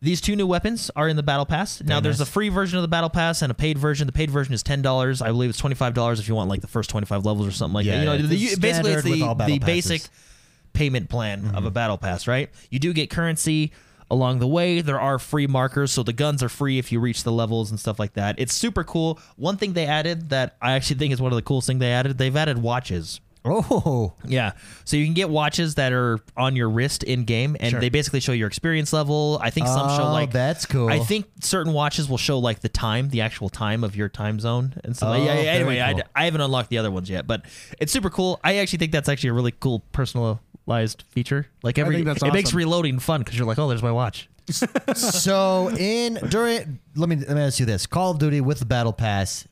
[SPEAKER 2] These two new weapons are in the battle pass. now there's a free version of the battle pass and a paid version. The paid version is ten dollars. I believe it's twenty five dollars if you want like the first twenty five levels or something like
[SPEAKER 1] Yeah,
[SPEAKER 2] that. You know,
[SPEAKER 1] yeah,
[SPEAKER 2] the,
[SPEAKER 1] it's
[SPEAKER 2] basically it's
[SPEAKER 1] standard with all
[SPEAKER 2] the,
[SPEAKER 1] battle
[SPEAKER 2] the basic
[SPEAKER 1] passes. Mm-hmm.
[SPEAKER 2] payment plan of a battle pass, right? You do get currency along the way. There are free markers, so the guns are free if you reach the levels and stuff like that. It's super cool. One thing they added that I actually think is one of the coolest things they added, they've added watches.
[SPEAKER 1] Oh,
[SPEAKER 2] Yeah. So you can get watches that are on your wrist in game and they basically show your experience level. I think some show
[SPEAKER 1] Oh,
[SPEAKER 2] like
[SPEAKER 1] that's cool.
[SPEAKER 2] I think certain watches will show like the time, the actual time of your time zone and so
[SPEAKER 1] Oh,
[SPEAKER 2] yeah, yeah,
[SPEAKER 1] very
[SPEAKER 2] anyway,
[SPEAKER 1] cool.
[SPEAKER 2] I, I haven't unlocked the other ones yet, but it's super cool. I actually think that's actually a really cool personalized feature. Like every
[SPEAKER 3] think that's
[SPEAKER 2] it makes
[SPEAKER 3] awesome.
[SPEAKER 2] reloading fun cuz you're like, "Oh, there's my watch."
[SPEAKER 1] so in during let me let me ask you this: Call of Duty with the Battle Pass,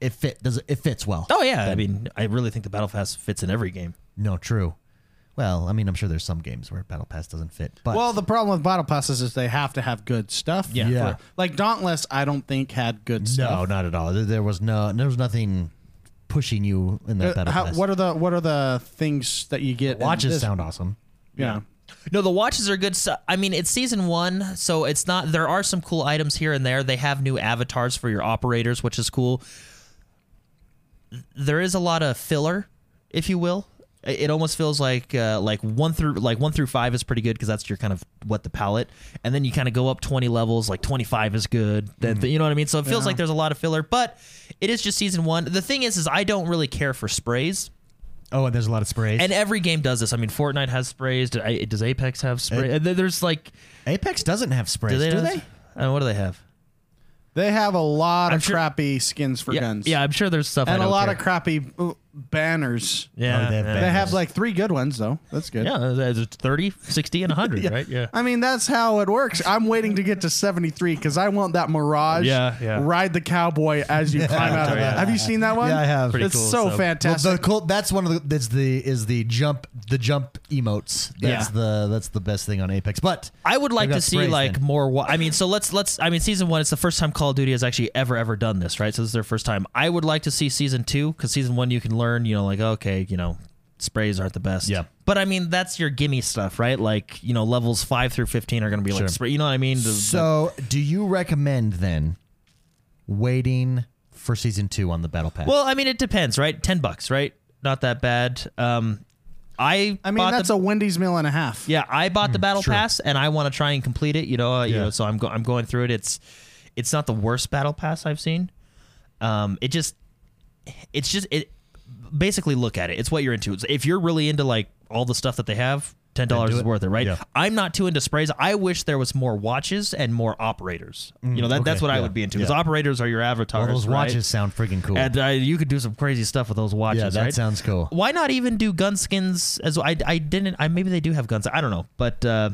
[SPEAKER 1] it fit does it, it fits well?
[SPEAKER 2] Oh yeah, I mean, I really think the Battle Pass fits in every game.
[SPEAKER 1] No, true. Well, I mean, I'm sure there's some games where Battle Pass doesn't fit, but
[SPEAKER 3] Well, the problem with battle passes is they have to have good stuff.
[SPEAKER 2] Yeah.
[SPEAKER 1] Yeah.
[SPEAKER 3] Like Dauntless, I don't think had good
[SPEAKER 1] no,
[SPEAKER 3] stuff.
[SPEAKER 1] not at all. There, there was no there was nothing pushing you in that
[SPEAKER 3] Uh,
[SPEAKER 1] Battle
[SPEAKER 3] how-
[SPEAKER 1] Pass.
[SPEAKER 3] what are the what are the things that you get? in
[SPEAKER 1] Watches
[SPEAKER 3] this?
[SPEAKER 1] sound awesome.
[SPEAKER 3] Yeah.
[SPEAKER 2] No, the watches are good stuff. I mean, it's season one, so it's not. There are some cool items here and there. They have new avatars for your operators, which is cool. There is a lot of filler, if you will. I- It almost feels like uh, like one through like one through five is pretty good because that's your kind of what the palette, and then you kind of go up twenty levels. Like twenty five is good. Then you know what I mean. So it feels like there's a lot of filler, but it is just season one. The thing is, is I don't really care for sprays.
[SPEAKER 1] Oh, and there's a lot of sprays.
[SPEAKER 2] And every game does this. I mean, Fortnite has sprays. Do- I- Does Apex have sprays? There's like,
[SPEAKER 1] Apex doesn't have sprays,
[SPEAKER 2] do they?
[SPEAKER 1] do
[SPEAKER 2] not-
[SPEAKER 1] they?
[SPEAKER 2] I don't- what do they have?
[SPEAKER 3] They have a lot
[SPEAKER 2] I'm
[SPEAKER 3] of
[SPEAKER 2] sure-
[SPEAKER 3] crappy skins for
[SPEAKER 2] yeah,
[SPEAKER 3] guns.
[SPEAKER 2] yeah, I'm sure there's stuff. I
[SPEAKER 3] And a
[SPEAKER 2] don't
[SPEAKER 3] lot
[SPEAKER 2] care.
[SPEAKER 3] of crappy uh, banners.
[SPEAKER 2] Yeah,
[SPEAKER 1] Oh, they have
[SPEAKER 2] yeah.
[SPEAKER 1] bad
[SPEAKER 3] They have
[SPEAKER 1] Banners.
[SPEAKER 3] like three good ones though. That's good.
[SPEAKER 2] yeah, there's 30, 60, and 100, right? Yeah.
[SPEAKER 3] I mean, that's how it works. I'm waiting to get to 73 because I want that Mirage.
[SPEAKER 2] Yeah, yeah.
[SPEAKER 3] Ride the cowboy as you climb out of it.
[SPEAKER 2] Yeah.
[SPEAKER 3] Have you seen that one?
[SPEAKER 1] Yeah, I have.
[SPEAKER 2] Pretty
[SPEAKER 3] it's
[SPEAKER 2] cool,
[SPEAKER 3] so
[SPEAKER 2] so-
[SPEAKER 1] Well,
[SPEAKER 3] fantastic.
[SPEAKER 1] the cool, that's one of the that's the is the jump the jump emotes. That's
[SPEAKER 2] Yeah.
[SPEAKER 1] the that's the best thing on Apex. But
[SPEAKER 2] I would like
[SPEAKER 1] They've
[SPEAKER 2] to
[SPEAKER 1] got
[SPEAKER 2] see
[SPEAKER 1] sprays
[SPEAKER 2] like
[SPEAKER 1] then.
[SPEAKER 2] more. Wa- I mean, so let's let's. I mean, season one. It's the first time Call of Duty has actually ever ever done this, right? So this is their first time. I would like to see season two because season one you can learn, you know, like okay, you know, sprays aren't the best.
[SPEAKER 1] Yeah.
[SPEAKER 2] But I mean, that's your gimme stuff, right? Like you know, levels five through fifteen are going to be
[SPEAKER 1] Sure.
[SPEAKER 2] like spray. You know what I mean? The- the-
[SPEAKER 1] so, do you recommend then waiting for season two on the battle pass?
[SPEAKER 2] Well, I mean, it depends, right? Ten bucks, right? Not that bad. Um, I
[SPEAKER 3] I mean,
[SPEAKER 2] bought
[SPEAKER 3] that's
[SPEAKER 2] the,
[SPEAKER 3] a Wendy's meal and a half.
[SPEAKER 2] yeah. I bought the battle pass, and I want to try and complete it. You know, uh, you
[SPEAKER 1] Hmm, Yeah.
[SPEAKER 2] know. So I'm go- I'm going through it. It's it's not the worst battle pass I've seen. Um, it just it's just it basically look at it. It's what you're into. It's- if you're really into like all the stuff that they have. Ten dollars
[SPEAKER 1] do
[SPEAKER 2] is
[SPEAKER 1] it.
[SPEAKER 2] worth it, right?
[SPEAKER 1] Yeah.
[SPEAKER 2] I'm not too into sprays. I wish there was more watches and more operators. you know that, that's
[SPEAKER 1] Mm, okay.
[SPEAKER 2] what I
[SPEAKER 1] Yeah.
[SPEAKER 2] would be into. Because
[SPEAKER 1] Yeah.
[SPEAKER 2] operators are your
[SPEAKER 1] All
[SPEAKER 2] avatars.
[SPEAKER 1] those
[SPEAKER 2] right?
[SPEAKER 1] watches sound freaking cool.
[SPEAKER 2] And uh, you could do some crazy stuff with those watches.
[SPEAKER 1] yeah, that
[SPEAKER 2] right?
[SPEAKER 1] sounds cool.
[SPEAKER 2] Why not even do gun skins as I I didn't I maybe they do have guns I don't know but uh,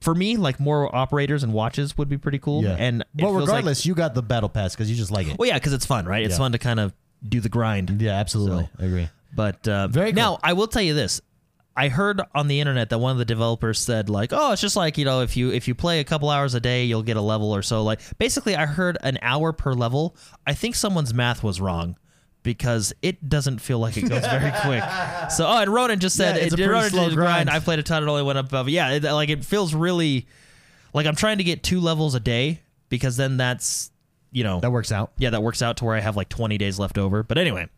[SPEAKER 2] for me like more operators and watches would be pretty cool
[SPEAKER 1] Yeah.
[SPEAKER 2] and it
[SPEAKER 1] well,
[SPEAKER 2] feels like-
[SPEAKER 1] regardless, you got the battle pass because you just like it.
[SPEAKER 2] well yeah because it's fun right it's
[SPEAKER 1] Yeah.
[SPEAKER 2] fun to kind of do the grind
[SPEAKER 1] yeah, absolutely. I agree.
[SPEAKER 2] but uh,
[SPEAKER 1] Very cool.
[SPEAKER 2] now I will tell you this I heard on the internet that one of the developers said like oh it's just like you know if you if you play a couple hours a day you'll get a level or so like basically I heard an hour per level I think someone's math was wrong because it doesn't feel like it goes very quick. So oh and Ronan just said
[SPEAKER 1] Yeah, it's
[SPEAKER 2] it,
[SPEAKER 1] a pretty
[SPEAKER 2] Ronan
[SPEAKER 1] slow
[SPEAKER 2] did
[SPEAKER 1] grind.
[SPEAKER 2] I played a ton it only went up above yeah it, like it feels really like I'm trying to get two levels a day because then that's you know
[SPEAKER 1] That works out.
[SPEAKER 2] yeah that works out to where I have like 20 days left over but anyway.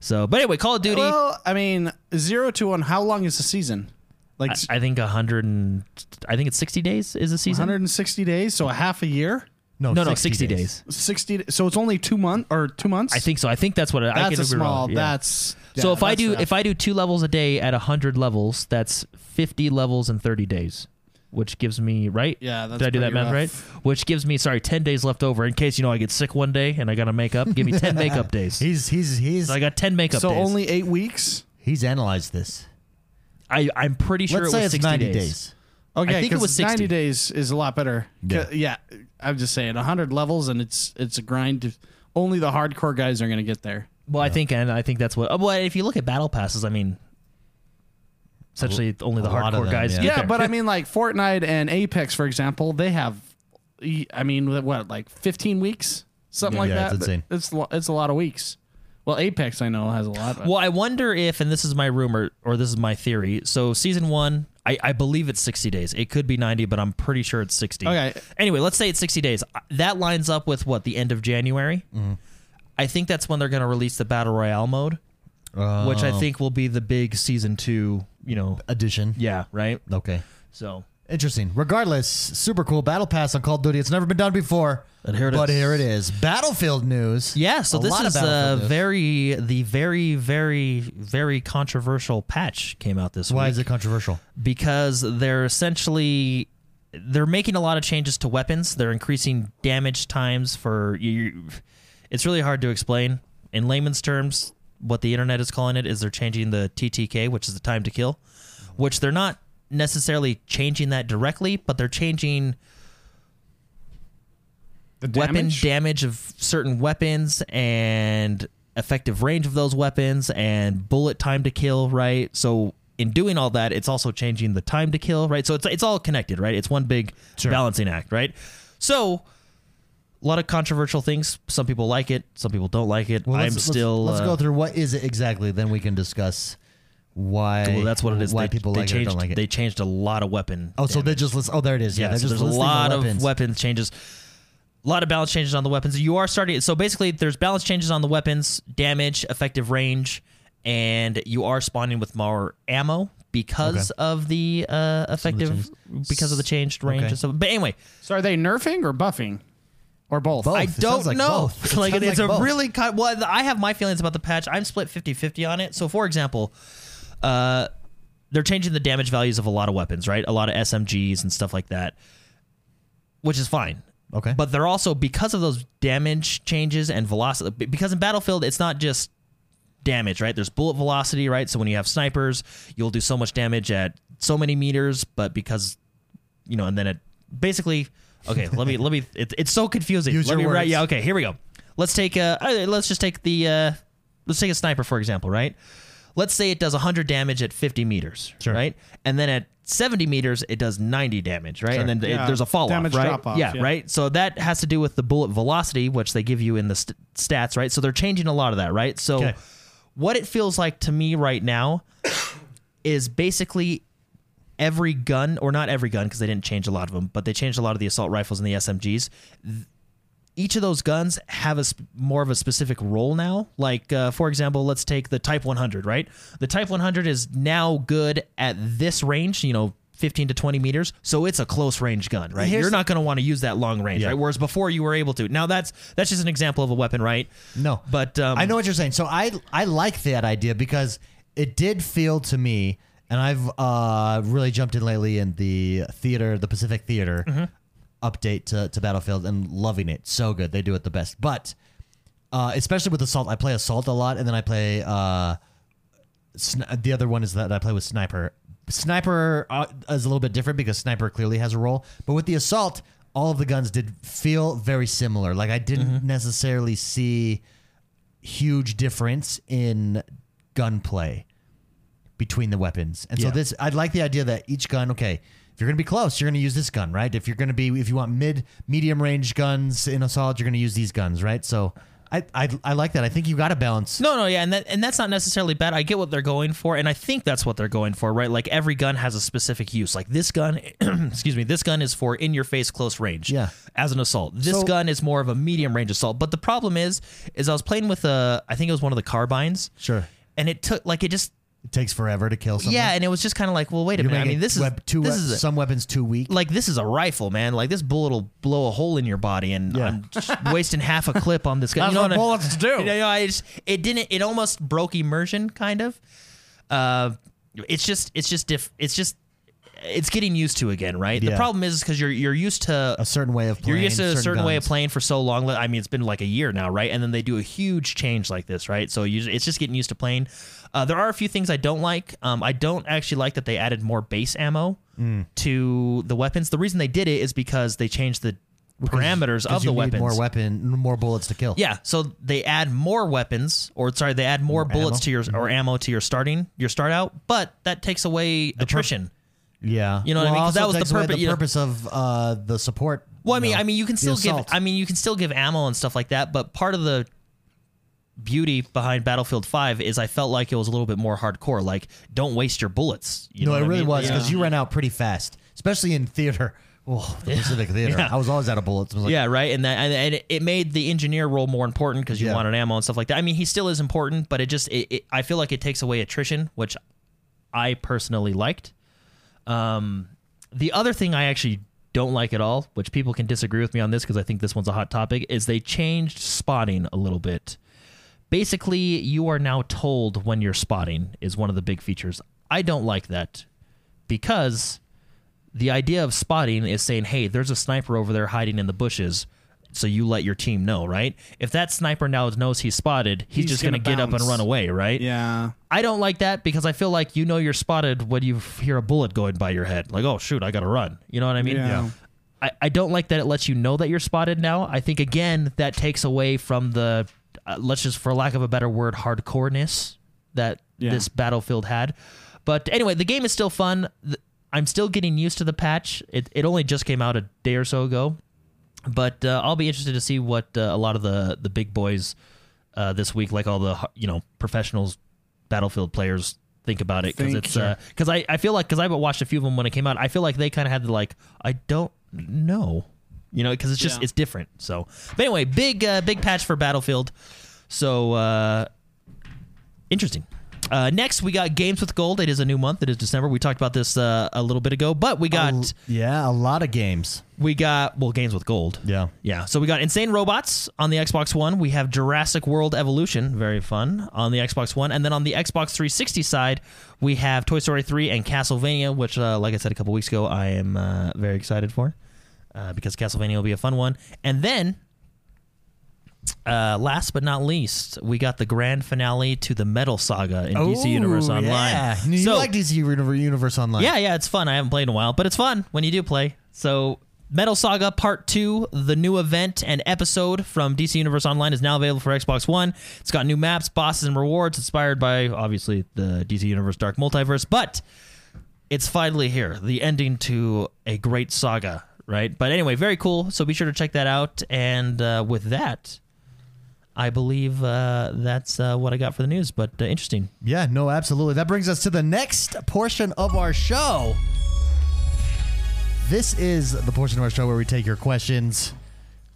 [SPEAKER 2] So, but anyway, Call of Duty.
[SPEAKER 3] Well, I mean, zero to one. How long is the season? Like
[SPEAKER 2] I, I think a hundred and I think it's sixty days is a season.
[SPEAKER 3] 160 days, so a half a year.
[SPEAKER 1] No,
[SPEAKER 2] no, no, sixty days.
[SPEAKER 3] 60. So it's only two month or two months.
[SPEAKER 2] I think so. I think that's what. I
[SPEAKER 3] that's
[SPEAKER 2] could
[SPEAKER 3] a
[SPEAKER 2] be
[SPEAKER 3] small.
[SPEAKER 2] Wrong. yeah.
[SPEAKER 3] That's
[SPEAKER 2] so.
[SPEAKER 3] yeah,
[SPEAKER 2] If I
[SPEAKER 3] that's
[SPEAKER 2] do,
[SPEAKER 3] rough.
[SPEAKER 2] if I do two levels a day at hundred levels, that's fifty levels in thirty days, which gives me right.
[SPEAKER 3] Yeah, that's
[SPEAKER 2] did I do that
[SPEAKER 3] pretty
[SPEAKER 2] math
[SPEAKER 3] rough.
[SPEAKER 2] right? Which gives me sorry ten days left over in case you know I get sick one day and I gotta make up. Give me ten makeup days.
[SPEAKER 1] He's he's he's
[SPEAKER 2] So I got ten makeup
[SPEAKER 3] so
[SPEAKER 2] days.
[SPEAKER 3] only eight weeks.
[SPEAKER 1] he's analyzed this.
[SPEAKER 2] I I'm pretty sure
[SPEAKER 1] Let's
[SPEAKER 2] it
[SPEAKER 1] say
[SPEAKER 2] was
[SPEAKER 1] it's
[SPEAKER 2] 60
[SPEAKER 1] ninety
[SPEAKER 2] days.
[SPEAKER 1] days.
[SPEAKER 3] Okay,
[SPEAKER 2] I think it
[SPEAKER 3] 'cause
[SPEAKER 2] was 60.
[SPEAKER 3] 90 days is a lot better.
[SPEAKER 1] Yeah.
[SPEAKER 3] Yeah. yeah, I'm just saying 100 levels and it's it's a grind. to- Only the hardcore guys are going to get there.
[SPEAKER 2] Well, I think and I think that's what. oh, Well, if you look at battle passes, I mean, essentially only the
[SPEAKER 1] a lot of
[SPEAKER 2] hardcore
[SPEAKER 1] them,
[SPEAKER 2] guys.
[SPEAKER 1] yeah.
[SPEAKER 2] get
[SPEAKER 3] Yeah,
[SPEAKER 2] there.
[SPEAKER 3] but I mean like Fortnite and Apex for example, they have I mean what like 15 weeks, something
[SPEAKER 1] Yeah.
[SPEAKER 3] like
[SPEAKER 1] Yeah,
[SPEAKER 3] that.
[SPEAKER 1] it's insane.
[SPEAKER 3] It's lo- it's a lot of weeks. Well, Apex I know has a lot. Of,
[SPEAKER 2] Well, I wonder if, and this is my rumor or this is my theory. So season one, I, I believe it's sixty days. It could be ninety, but I'm pretty sure it's sixty.
[SPEAKER 3] Okay.
[SPEAKER 2] Anyway, let's say it's sixty days. Uh, That lines up with what the end of January.
[SPEAKER 1] Mm-hmm.
[SPEAKER 2] I think that's when they're going to release the battle royale mode, which I
[SPEAKER 1] Oh,
[SPEAKER 2] think will be the big season two. You know,
[SPEAKER 1] addition.
[SPEAKER 2] yeah, right.
[SPEAKER 1] Okay.
[SPEAKER 2] So
[SPEAKER 1] Interesting. Regardless, super cool battle pass on Call of Duty. It's never been done before,
[SPEAKER 2] And here it
[SPEAKER 1] but
[SPEAKER 2] is.
[SPEAKER 1] here it is. Battlefield news.
[SPEAKER 2] Yeah, so
[SPEAKER 1] A
[SPEAKER 2] this
[SPEAKER 1] lot of
[SPEAKER 2] is uh,
[SPEAKER 1] Battlefield news.
[SPEAKER 2] very the very very very controversial patch came out this
[SPEAKER 1] Why
[SPEAKER 2] week
[SPEAKER 1] is it controversial?
[SPEAKER 2] because they're essentially they're making a lot of changes to weapons. They're increasing damage times for you. It's really hard to explain in layman's terms. What the internet is calling it is they're changing the TTK, which is the time to kill, which they're not necessarily changing that directly, but they're changing
[SPEAKER 3] The
[SPEAKER 2] weapon damage of certain weapons and effective range of those weapons and bullet time to kill, right? So in doing all that, it's also changing the time to kill, right? So it's it's all connected, right? It's one big balancing act, right? So a lot of controversial things. Some people like it, some people don't like it.
[SPEAKER 1] Well,
[SPEAKER 2] I'm
[SPEAKER 1] let's- let's-
[SPEAKER 2] still
[SPEAKER 1] Let's,
[SPEAKER 2] uh,
[SPEAKER 1] go through what is it exactly, then we can discuss why.
[SPEAKER 2] well, that's what it is.
[SPEAKER 1] Why
[SPEAKER 2] they,
[SPEAKER 1] people
[SPEAKER 2] they
[SPEAKER 1] like it or
[SPEAKER 2] changed,
[SPEAKER 1] don't like it.
[SPEAKER 2] They changed a lot of weapon.
[SPEAKER 1] oh, so
[SPEAKER 2] damage.
[SPEAKER 1] they just list. Oh, there it is. Yeah,
[SPEAKER 2] yeah,
[SPEAKER 1] they're
[SPEAKER 2] so
[SPEAKER 1] just
[SPEAKER 2] there's a
[SPEAKER 1] listing the
[SPEAKER 2] lot
[SPEAKER 1] weapons.
[SPEAKER 2] of weapon changes a lot of balance changes on the weapons you are starting so basically there's balance changes on the weapons damage effective range and you are spawning with more ammo because of the uh, effective because of the changed range
[SPEAKER 1] Okay.
[SPEAKER 2] and stuff but anyway
[SPEAKER 3] So are they nerfing or buffing, or both?
[SPEAKER 1] Both.
[SPEAKER 2] I
[SPEAKER 1] It sounds
[SPEAKER 2] don't
[SPEAKER 1] like
[SPEAKER 2] know.
[SPEAKER 1] both. It
[SPEAKER 2] like
[SPEAKER 1] sounds
[SPEAKER 2] it's
[SPEAKER 1] like
[SPEAKER 2] a
[SPEAKER 1] both.
[SPEAKER 2] really cut. Well, I have my feelings about the patch. I'm split 50-50 on it. So for example, uh, they're changing the damage values of a lot of weapons, right? A lot of SMGs and stuff like that, which is fine.
[SPEAKER 1] Okay.
[SPEAKER 2] But they're also because of those damage changes and velocity. be- Because in Battlefield, it's not just damage, right? There's bullet velocity, right? So when you have snipers, you'll do so much damage at so many meters, but because you know, and then it basically okay. Let me let me. It, it's so confusing.
[SPEAKER 1] Use your
[SPEAKER 2] let me write-
[SPEAKER 1] words.
[SPEAKER 2] Yeah. Okay. Here we go. Let's take uh. uh, Let's just take the uh. Let's take a sniper for example, right? Let's say it does 100 damage at 50 meters,
[SPEAKER 1] Sure.
[SPEAKER 2] right? And then at 70 meters, it does 90 damage, right?
[SPEAKER 1] Sure.
[SPEAKER 2] And then it-
[SPEAKER 3] Yeah.
[SPEAKER 2] there's a fall
[SPEAKER 3] Damage
[SPEAKER 2] off, right?
[SPEAKER 3] drop off,
[SPEAKER 2] yeah,
[SPEAKER 3] yeah.
[SPEAKER 2] right. So that has to do with the bullet velocity, which they give you in the st- stats, right? So they're changing a lot of that, right? So
[SPEAKER 1] Okay.
[SPEAKER 2] what it feels like to me right now is basically every gun, or not every gun, because they didn't change a lot of them, but they changed a lot of the assault rifles and the SMGs. Th- Each of those guns have a sp- more of a specific role now. Like, uh, for example, let's take the Type 100, right? The Type 100 is now good at this range, you know, 15 to 20 meters. So it's a close range gun, right?
[SPEAKER 1] Here's
[SPEAKER 2] You're
[SPEAKER 1] the-
[SPEAKER 2] not going to want to use that long range,
[SPEAKER 1] Yeah.
[SPEAKER 2] right? Whereas before you were able to. Now that's that's just an example of a weapon, right?
[SPEAKER 1] No,
[SPEAKER 2] But um,
[SPEAKER 1] I know what you're saying. So I I like that idea because it did feel to me, and I've uh, really jumped in lately in the theater, the Pacific Theater update to, to Battlefield, and loving it. So good, they do it the best. But uh, especially with assault, I play assault a lot, and then I play uh, sn- the other one is that I play with sniper. Sniper uh, is a little bit different because sniper clearly has a role, but with the assault, all of the guns did feel very similar. Like I didn't
[SPEAKER 2] Mm-hmm.
[SPEAKER 1] necessarily see huge difference in gunplay between the weapons. And so
[SPEAKER 2] Yeah.
[SPEAKER 1] this I like the idea that each gun, okay, if you're going to be close, you're going to use this gun, right? If you're going to be if you want mid medium range guns in assault, you're going to use these guns, right? So I, I I like that. I think you got to balance.
[SPEAKER 2] No, no, yeah, and that and that's not necessarily bad. I get what they're going for, and I think that's what they're going for, right? Like every gun has a specific use. Like this gun, excuse me, this gun is for in your face close range.
[SPEAKER 1] Yeah.
[SPEAKER 2] As an assault. This
[SPEAKER 1] So-
[SPEAKER 2] gun is more of a medium range assault. But the problem is, is I was playing with a I think it was one of the carbines.
[SPEAKER 1] Sure.
[SPEAKER 2] And it took like it just
[SPEAKER 1] It takes forever to kill someone.
[SPEAKER 2] yeah, and it was just kind of like, well, wait a
[SPEAKER 1] You're
[SPEAKER 2] minute. I
[SPEAKER 1] making
[SPEAKER 2] mean, this is
[SPEAKER 1] web- two
[SPEAKER 2] this
[SPEAKER 1] we-
[SPEAKER 2] is a,
[SPEAKER 1] some weapons too weak.
[SPEAKER 2] like this is a rifle, man. Like this bullet will blow a hole in your body, and
[SPEAKER 1] Yeah.
[SPEAKER 2] I'm just wasting half a clip on this guy.
[SPEAKER 3] That's
[SPEAKER 2] you know
[SPEAKER 3] what
[SPEAKER 2] I-
[SPEAKER 3] bullets do.
[SPEAKER 2] You know, I just, it didn't. It almost broke immersion, kind of. Uh, it's just, it's just diff. It's just, it's getting used to again, right?
[SPEAKER 1] Yeah.
[SPEAKER 2] The problem is because you're you're used to
[SPEAKER 1] a certain way of playing.
[SPEAKER 2] you're used to a certain, way of
[SPEAKER 1] guns.
[SPEAKER 2] playing for so long. I mean, it's been like a year now, right? And then they do a huge change like this, right? So you, it's just getting used to playing. Uh, there are a few things I don't like. Um, I don't actually like that they added more base ammo
[SPEAKER 1] Hmm.
[SPEAKER 2] to the weapons. The reason they did it is because they changed the parameters
[SPEAKER 1] 'Cause
[SPEAKER 2] of
[SPEAKER 1] you
[SPEAKER 2] the
[SPEAKER 1] need
[SPEAKER 2] weapons.
[SPEAKER 1] More weapon, more bullets to kill.
[SPEAKER 2] Yeah, so they add more weapons, or sorry, they add more, bullets
[SPEAKER 1] ammo. Mm-hmm.
[SPEAKER 2] to your or ammo to your starting your start out, but that takes away attrition.
[SPEAKER 1] yeah.
[SPEAKER 2] You know what I mean? 'Cause
[SPEAKER 1] also
[SPEAKER 2] that was the
[SPEAKER 1] takes away
[SPEAKER 2] purpo- you know-
[SPEAKER 1] purpose of uh, the support.
[SPEAKER 2] Well, I
[SPEAKER 1] you
[SPEAKER 2] mean,
[SPEAKER 1] know,
[SPEAKER 2] I mean, you can
[SPEAKER 1] the
[SPEAKER 2] still give.
[SPEAKER 1] assault.
[SPEAKER 2] I mean, you can still give ammo and stuff like that. But part of the beauty behind Battlefield Five is I felt like it was a little bit more hardcore. Like, don't waste your bullets. You
[SPEAKER 1] no,
[SPEAKER 2] know
[SPEAKER 1] it
[SPEAKER 2] what I
[SPEAKER 1] really
[SPEAKER 2] mean?
[SPEAKER 1] was
[SPEAKER 2] Yeah.
[SPEAKER 1] because you ran out pretty fast, especially in theater. Oh, the Pacific Theater.
[SPEAKER 2] Yeah.
[SPEAKER 1] I was always out of bullets. I was like,
[SPEAKER 2] yeah, right. And that and, and it- it made the engineer role more important because you
[SPEAKER 1] Yeah.
[SPEAKER 2] wanted ammo and stuff like that. I mean, he still is important, but it just it, it, I feel like it takes away attrition, which I personally liked. Um, The other thing I actually don't like at all, which people can disagree with me on this because I think this one's a hot topic, is they changed spotting a little bit. Basically, you are now told when you're spotting is one of the big features. I don't like that because the idea of spotting is saying, hey, there's a sniper over there hiding in the bushes. So you let your team know, right? If that sniper now knows he's spotted, he's,
[SPEAKER 3] He's
[SPEAKER 2] just
[SPEAKER 3] gonna
[SPEAKER 2] going to get up and
[SPEAKER 3] bounce.
[SPEAKER 2] run away, right?
[SPEAKER 3] Yeah.
[SPEAKER 2] I don't like that because I feel like you know you're spotted when you f- hear a bullet going by your head. Like, oh shoot, I gotta run. You know what I mean?
[SPEAKER 3] Yeah. Yeah.
[SPEAKER 2] I, I don't like that it lets you know that you're spotted now. I think again that takes away from the uh, let's just for lack of a better word hardcoreness that
[SPEAKER 3] Yeah.
[SPEAKER 2] this battlefield had. But anyway, the game is still fun. Th- I'm still getting used to the patch. It it only just came out a day or so ago, but uh, I'll be interested to see what uh, a lot of the the big boys uh, this week, like all the you know professionals, battlefield players think about it because
[SPEAKER 3] Think,
[SPEAKER 2] it's because I, I feel like because I watched a few of them when it came out. I feel like they kind of had the like I don't know, you know, because it's just
[SPEAKER 3] Yeah.
[SPEAKER 2] it's different. So, but anyway, big uh, big patch for Battlefield. So uh, interesting. Uh, next, we got Games with Gold. It is a new month. It is December. We talked about this uh, a little bit ago, but we
[SPEAKER 3] Oh.
[SPEAKER 2] got
[SPEAKER 1] "Oh, yeah, a lot of games.
[SPEAKER 2] we got well Games with Gold.
[SPEAKER 1] Yeah.
[SPEAKER 2] Yeah, so we got Insane Robots on the Xbox One. We have Jurassic World Evolution, very fun, on the Xbox One. And then on the Xbox 360 side, we have Toy Story 3 and Castlevania, which, uh, like I said a couple weeks ago, I am uh, very excited for uh, because Castlevania will be a fun one. And then, uh, last but not least, we got the grand finale to the Metal Saga in DC Universe Online.
[SPEAKER 1] Oh, Yeah. You
[SPEAKER 2] So-
[SPEAKER 1] like DC Univ- Universe Online?
[SPEAKER 2] yeah, yeah, it's fun. I haven't played in a while, but it's fun when you do play. So, Metal Saga Part 2, the new event and episode from DC Universe Online is now available for Xbox One. It's got new maps, bosses, and rewards inspired by, obviously, the DC Universe Dark Multiverse, but it's finally here. The ending to a great saga, right? But anyway, very cool. So, be sure to check that out. And uh, with that, I believe uh, that's uh, what I got for the news, but uh, interesting.
[SPEAKER 1] Yeah, no, absolutely. That brings us to the next portion of our show. This is the portion of our show where we take your questions.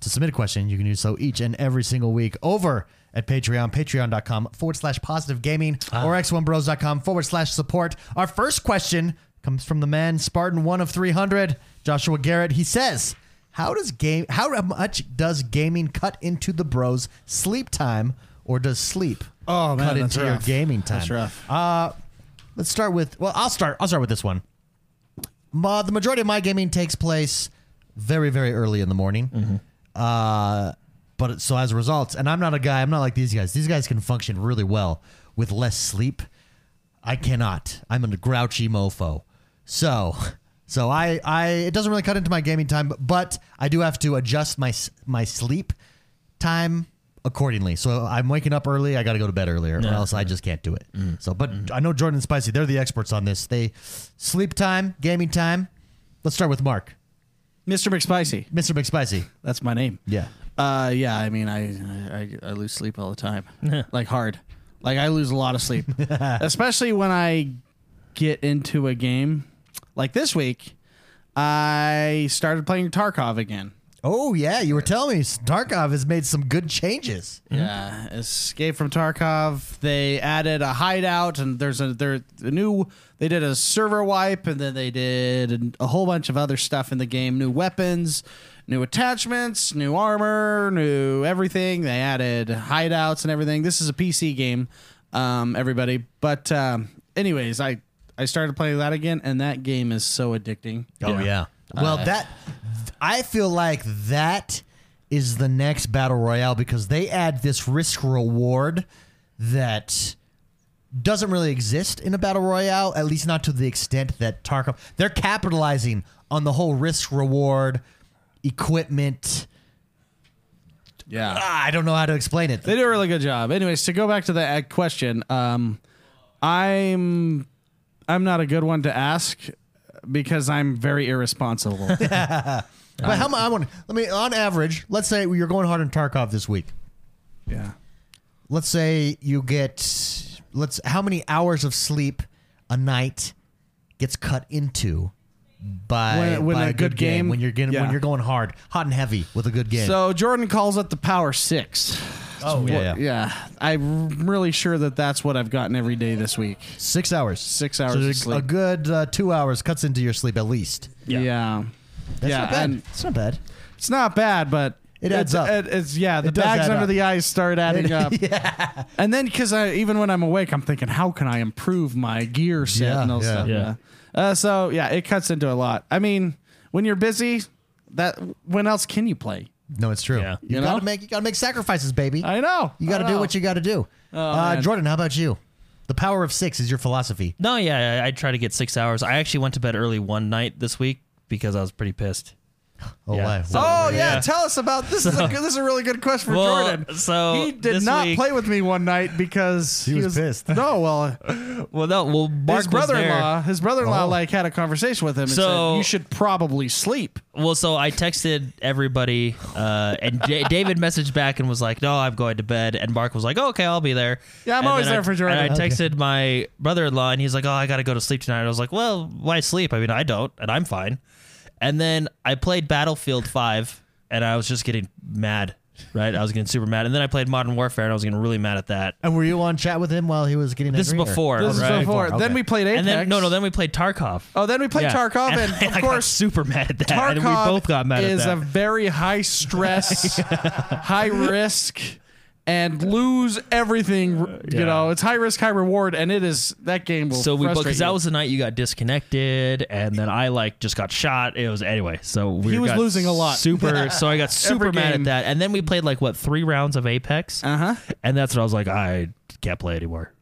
[SPEAKER 1] To submit a question, you can do so each and every single week over at Patreon, patreon.com forward slash positive gaming
[SPEAKER 3] Ah.
[SPEAKER 1] or x1bros.com forward slash support. Our first question comes from the man Spartan one of 300, Joshua Garrett. He says, how does game how much does gaming cut into the bros sleep time or does sleep
[SPEAKER 3] Oh, man,
[SPEAKER 1] cut
[SPEAKER 3] that's
[SPEAKER 1] into your
[SPEAKER 3] rough.
[SPEAKER 1] gaming time?
[SPEAKER 3] That's rough.
[SPEAKER 1] Uh, let's start with. Well, I'll start. I'll start with this one. Ma, the majority of my gaming takes place very, very early in the morning.
[SPEAKER 3] Mm-hmm.
[SPEAKER 1] Uh, but so as a result, and I'm not a guy. I'm not like these guys. These guys can function really well with less sleep. I cannot. I'm a grouchy mofo. So, so I, I, it doesn't really cut into my gaming time, but, but I do have to adjust my s- my sleep time accordingly. So I'm waking up early. I got to go to bed earlier, or else I just can't do it. So, but I know Jordan and Spicy, they're the experts on this. They sleep time, gaming time. Let's start with Mark,
[SPEAKER 3] Mr. McSpicy.
[SPEAKER 1] Mr. McSpicy.
[SPEAKER 3] That's my name.
[SPEAKER 1] Yeah.
[SPEAKER 3] Uh, yeah. I mean, I I, I lose sleep all the time, like hard. Like I lose a lot of sleep, especially when I get into a game. Like this week, I started playing Tarkov again.
[SPEAKER 1] Oh yeah, you were telling me Darkov has made some good changes.
[SPEAKER 3] Yeah, Escape from Tarkov. They added a hideout, and there's a there a new. They did a server wipe, and then they did a whole bunch of other stuff in the game. New weapons, new attachments, new armor, new everything. They added hideouts and everything. This is a PC game, um, everybody. But um, anyways, I I started playing that again, and that game is so addicting.
[SPEAKER 1] Oh, Well, that I feel like that is the next battle royale because they add this risk reward that doesn't really exist in a battle royale, at least not to the extent that Tarkov. They're capitalizing on the whole risk reward equipment.
[SPEAKER 3] Yeah.
[SPEAKER 1] Ah, I don't know how to explain it.
[SPEAKER 3] They do a really good job. Anyways, to go back to the uh, question, um, I'm I'm not a good one to ask because I'm very irresponsible.
[SPEAKER 1] But how much? I want. Let me. On average, let's say you're going hard on Tarkov this week.
[SPEAKER 3] yeah.
[SPEAKER 1] let's say you get let's how many hours of sleep a night gets cut into by
[SPEAKER 3] When- when
[SPEAKER 1] by
[SPEAKER 3] a
[SPEAKER 1] good,
[SPEAKER 3] good
[SPEAKER 1] game,
[SPEAKER 3] game-
[SPEAKER 1] when you're getting
[SPEAKER 3] yeah.
[SPEAKER 1] when you're going hard hot and heavy with a good game
[SPEAKER 3] So Jordan calls it the power six.
[SPEAKER 1] Oh, yeah.
[SPEAKER 2] yeah.
[SPEAKER 3] Yeah, I'm really sure that that's what I've gotten every day this week.
[SPEAKER 1] Six hours.
[SPEAKER 3] Six hours of
[SPEAKER 1] a-
[SPEAKER 3] sleep.
[SPEAKER 1] A good uh, two hours cuts into your sleep at least.
[SPEAKER 3] Yeah, yeah,
[SPEAKER 1] That's not bad.
[SPEAKER 3] and
[SPEAKER 1] it's not bad.
[SPEAKER 3] it's not bad, but
[SPEAKER 1] It adds
[SPEAKER 3] it's-
[SPEAKER 1] up.
[SPEAKER 3] it- it's yeah, the
[SPEAKER 1] It does
[SPEAKER 3] bags
[SPEAKER 1] add
[SPEAKER 3] under
[SPEAKER 1] up.
[SPEAKER 3] the eyes start adding up. yeah, and then because I even when I'm awake, I'm thinking, how can I improve my gear set
[SPEAKER 1] Yeah,
[SPEAKER 3] and all
[SPEAKER 1] yeah.
[SPEAKER 3] stuff.
[SPEAKER 2] Yeah.
[SPEAKER 3] Uh, so yeah, it cuts into a lot. I mean, when you're busy, that when else can you play?
[SPEAKER 1] No, it's true.
[SPEAKER 2] Yeah.
[SPEAKER 1] You,
[SPEAKER 3] You
[SPEAKER 1] gotta
[SPEAKER 3] know?
[SPEAKER 1] make you gotta make sacrifices, baby.
[SPEAKER 3] I know.
[SPEAKER 1] you gotta
[SPEAKER 3] I
[SPEAKER 1] do
[SPEAKER 3] know. Oh,
[SPEAKER 1] what you gotta do. uh,
[SPEAKER 3] man.
[SPEAKER 1] Jordan, how about you? The power of six is your philosophy.
[SPEAKER 2] No, yeah, I, I try to get six hours. I actually went to bed early one night this week because I was pretty pissed.
[SPEAKER 1] Oh
[SPEAKER 2] Yeah.
[SPEAKER 1] wow.
[SPEAKER 2] So-
[SPEAKER 3] Oh yeah,
[SPEAKER 2] Yeah.
[SPEAKER 3] tell us about this. is a, good- this is a really good question for
[SPEAKER 2] Well,
[SPEAKER 3] Jordan.
[SPEAKER 2] so
[SPEAKER 3] he did
[SPEAKER 2] this
[SPEAKER 3] not
[SPEAKER 2] week-
[SPEAKER 3] play with me one night because
[SPEAKER 1] He was pissed.
[SPEAKER 3] No, well,
[SPEAKER 2] Well, no, well, Mark was
[SPEAKER 3] his brother-in-law,
[SPEAKER 2] there.
[SPEAKER 3] his brother-in-law,
[SPEAKER 1] Oh.
[SPEAKER 3] like had a conversation with him and
[SPEAKER 2] So-
[SPEAKER 3] said you should probably sleep.
[SPEAKER 2] Well, so I texted everybody, uh, and Da- David messaged back and was like, "No, I'm going to bed." And Mark was like, oh, "Okay, I'll be there."
[SPEAKER 3] Yeah, I'm
[SPEAKER 2] And
[SPEAKER 3] always
[SPEAKER 2] then I-
[SPEAKER 3] there for Jordan.
[SPEAKER 2] And I
[SPEAKER 1] Okay.
[SPEAKER 2] texted my brother-in-law, and he's like, "Oh, I got to go to sleep tonight." I was like, "Well, why sleep? I mean, I don't, and I'm fine." And then I played Battlefield Five, and I was just getting mad. Right, I was getting super mad, and then I played Modern Warfare, and I was getting really mad at that.
[SPEAKER 1] and were you on chat with him while he was getting
[SPEAKER 2] This is
[SPEAKER 1] angry, or-
[SPEAKER 2] before.
[SPEAKER 3] This
[SPEAKER 2] right?
[SPEAKER 3] is before.
[SPEAKER 1] Before, okay.
[SPEAKER 3] Then we played Apex.
[SPEAKER 2] And then no, no. Then we played Tarkov.
[SPEAKER 3] oh, then we played
[SPEAKER 2] Yeah.
[SPEAKER 3] Tarkov, and,
[SPEAKER 2] I
[SPEAKER 3] of
[SPEAKER 2] got
[SPEAKER 3] course,
[SPEAKER 2] super mad at that.
[SPEAKER 3] Tarkov
[SPEAKER 2] and we both got mad
[SPEAKER 3] is
[SPEAKER 2] at that.
[SPEAKER 3] a very high stress, high risk, and lose everything. You
[SPEAKER 2] Yeah.
[SPEAKER 3] know, it's high risk, high reward, and it is that game will.
[SPEAKER 2] so we
[SPEAKER 3] frustrate
[SPEAKER 2] because
[SPEAKER 3] you.
[SPEAKER 2] that was the night you got disconnected, and then I like just got shot. It was anyway. So we
[SPEAKER 3] He was
[SPEAKER 2] got
[SPEAKER 3] losing a lot.
[SPEAKER 2] Super. so I got super
[SPEAKER 3] Every
[SPEAKER 2] mad
[SPEAKER 3] game.
[SPEAKER 2] at that, and then we played like what three rounds of Apex,
[SPEAKER 3] Uh-huh.
[SPEAKER 2] and that's what I was like, I can't play anymore.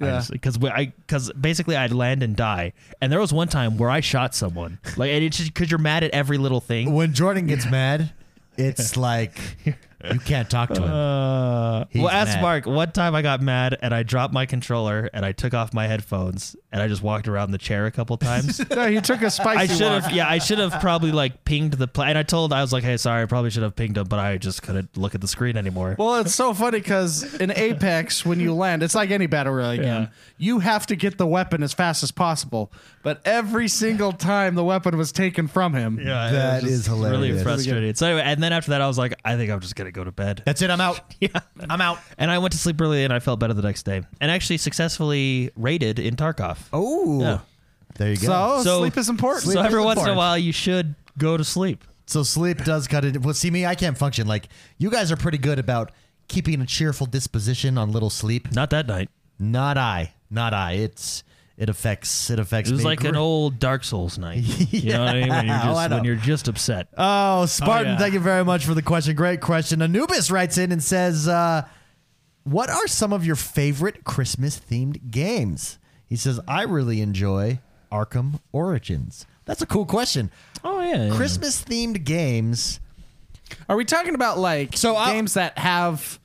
[SPEAKER 3] Yeah.
[SPEAKER 2] Because I because basically I'd land and die, and there was one time where I shot someone like and it's just because you're mad at every little thing.
[SPEAKER 1] When Jordan gets mad, it's like you can't talk to him.
[SPEAKER 2] Uh,
[SPEAKER 1] He's
[SPEAKER 2] well, ask
[SPEAKER 1] mad.
[SPEAKER 2] Mark. One time I got mad and I dropped my controller and I took off my headphones and I just walked around the chair a couple times.
[SPEAKER 3] No, he took a spicy.
[SPEAKER 2] I should
[SPEAKER 3] walk.
[SPEAKER 2] have, yeah, I should have probably like pinged the play. And I told, I was like, hey, sorry, I probably should have pinged him, but I just couldn't look at the screen anymore.
[SPEAKER 3] Well, it's so funny because in Apex, when you land, it's like any battle royale game.
[SPEAKER 2] Yeah.
[SPEAKER 3] You have to get the weapon as fast as possible, but every single time the weapon was taken from him.
[SPEAKER 2] yeah,
[SPEAKER 1] that
[SPEAKER 2] it was
[SPEAKER 1] is
[SPEAKER 2] just
[SPEAKER 1] hilarious.
[SPEAKER 2] Really frustrating. So anyway, and then after that, I was like, I think I'm just gonna go to bed.
[SPEAKER 1] That's it. I'm out.
[SPEAKER 2] yeah,
[SPEAKER 1] I'm out.
[SPEAKER 2] and I went to sleep early, and I felt better the next day, and actually successfully raided in Tarkov.
[SPEAKER 1] Oh,
[SPEAKER 2] Yeah.
[SPEAKER 1] there you go.
[SPEAKER 3] So,
[SPEAKER 2] So-
[SPEAKER 3] sleep is important.
[SPEAKER 2] so every once in a
[SPEAKER 1] important.
[SPEAKER 2] while, you should go to sleep.
[SPEAKER 1] So sleep does cut it. Well, see me, I can't function. Like you guys are pretty good about keeping a cheerful disposition on little sleep.
[SPEAKER 2] Not that night.
[SPEAKER 1] Not I. Not I. It's it affects it affects.
[SPEAKER 2] It was
[SPEAKER 1] me.
[SPEAKER 2] like an old Dark Souls night. You know what I mean? When you're
[SPEAKER 1] Yeah.
[SPEAKER 2] just,
[SPEAKER 1] Oh, I know.
[SPEAKER 2] when you're just upset.
[SPEAKER 1] Oh, Spartan,
[SPEAKER 3] Oh, yeah.
[SPEAKER 1] thank you very much for the question. Great question. Anubis writes in and says, uh, What are some of your favorite Christmas themed games? He says, I really enjoy Arkham Origins. That's a cool question.
[SPEAKER 2] oh yeah, yeah.
[SPEAKER 1] Christmas themed games.
[SPEAKER 3] Are we talking about like
[SPEAKER 1] So I'll-
[SPEAKER 3] games that have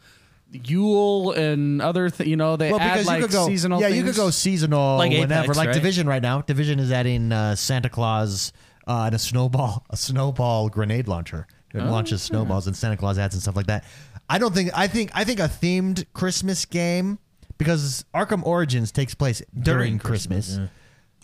[SPEAKER 3] Yule and other, th- you know, they
[SPEAKER 1] Well,
[SPEAKER 3] add
[SPEAKER 1] because
[SPEAKER 3] like
[SPEAKER 1] you could go
[SPEAKER 3] seasonal
[SPEAKER 1] Yeah, you
[SPEAKER 3] things?
[SPEAKER 1] could go seasonal
[SPEAKER 2] Like Apex,
[SPEAKER 1] whenever. like
[SPEAKER 2] right?
[SPEAKER 1] Division right now. Division is adding uh, Santa Claus uh, and a snowball, a snowball grenade launcher.
[SPEAKER 3] Oh.
[SPEAKER 1] It launches snowballs and Santa Claus ads and stuff like that. I don't think I think I think a themed Christmas game because Arkham Origins takes place during, Christmas.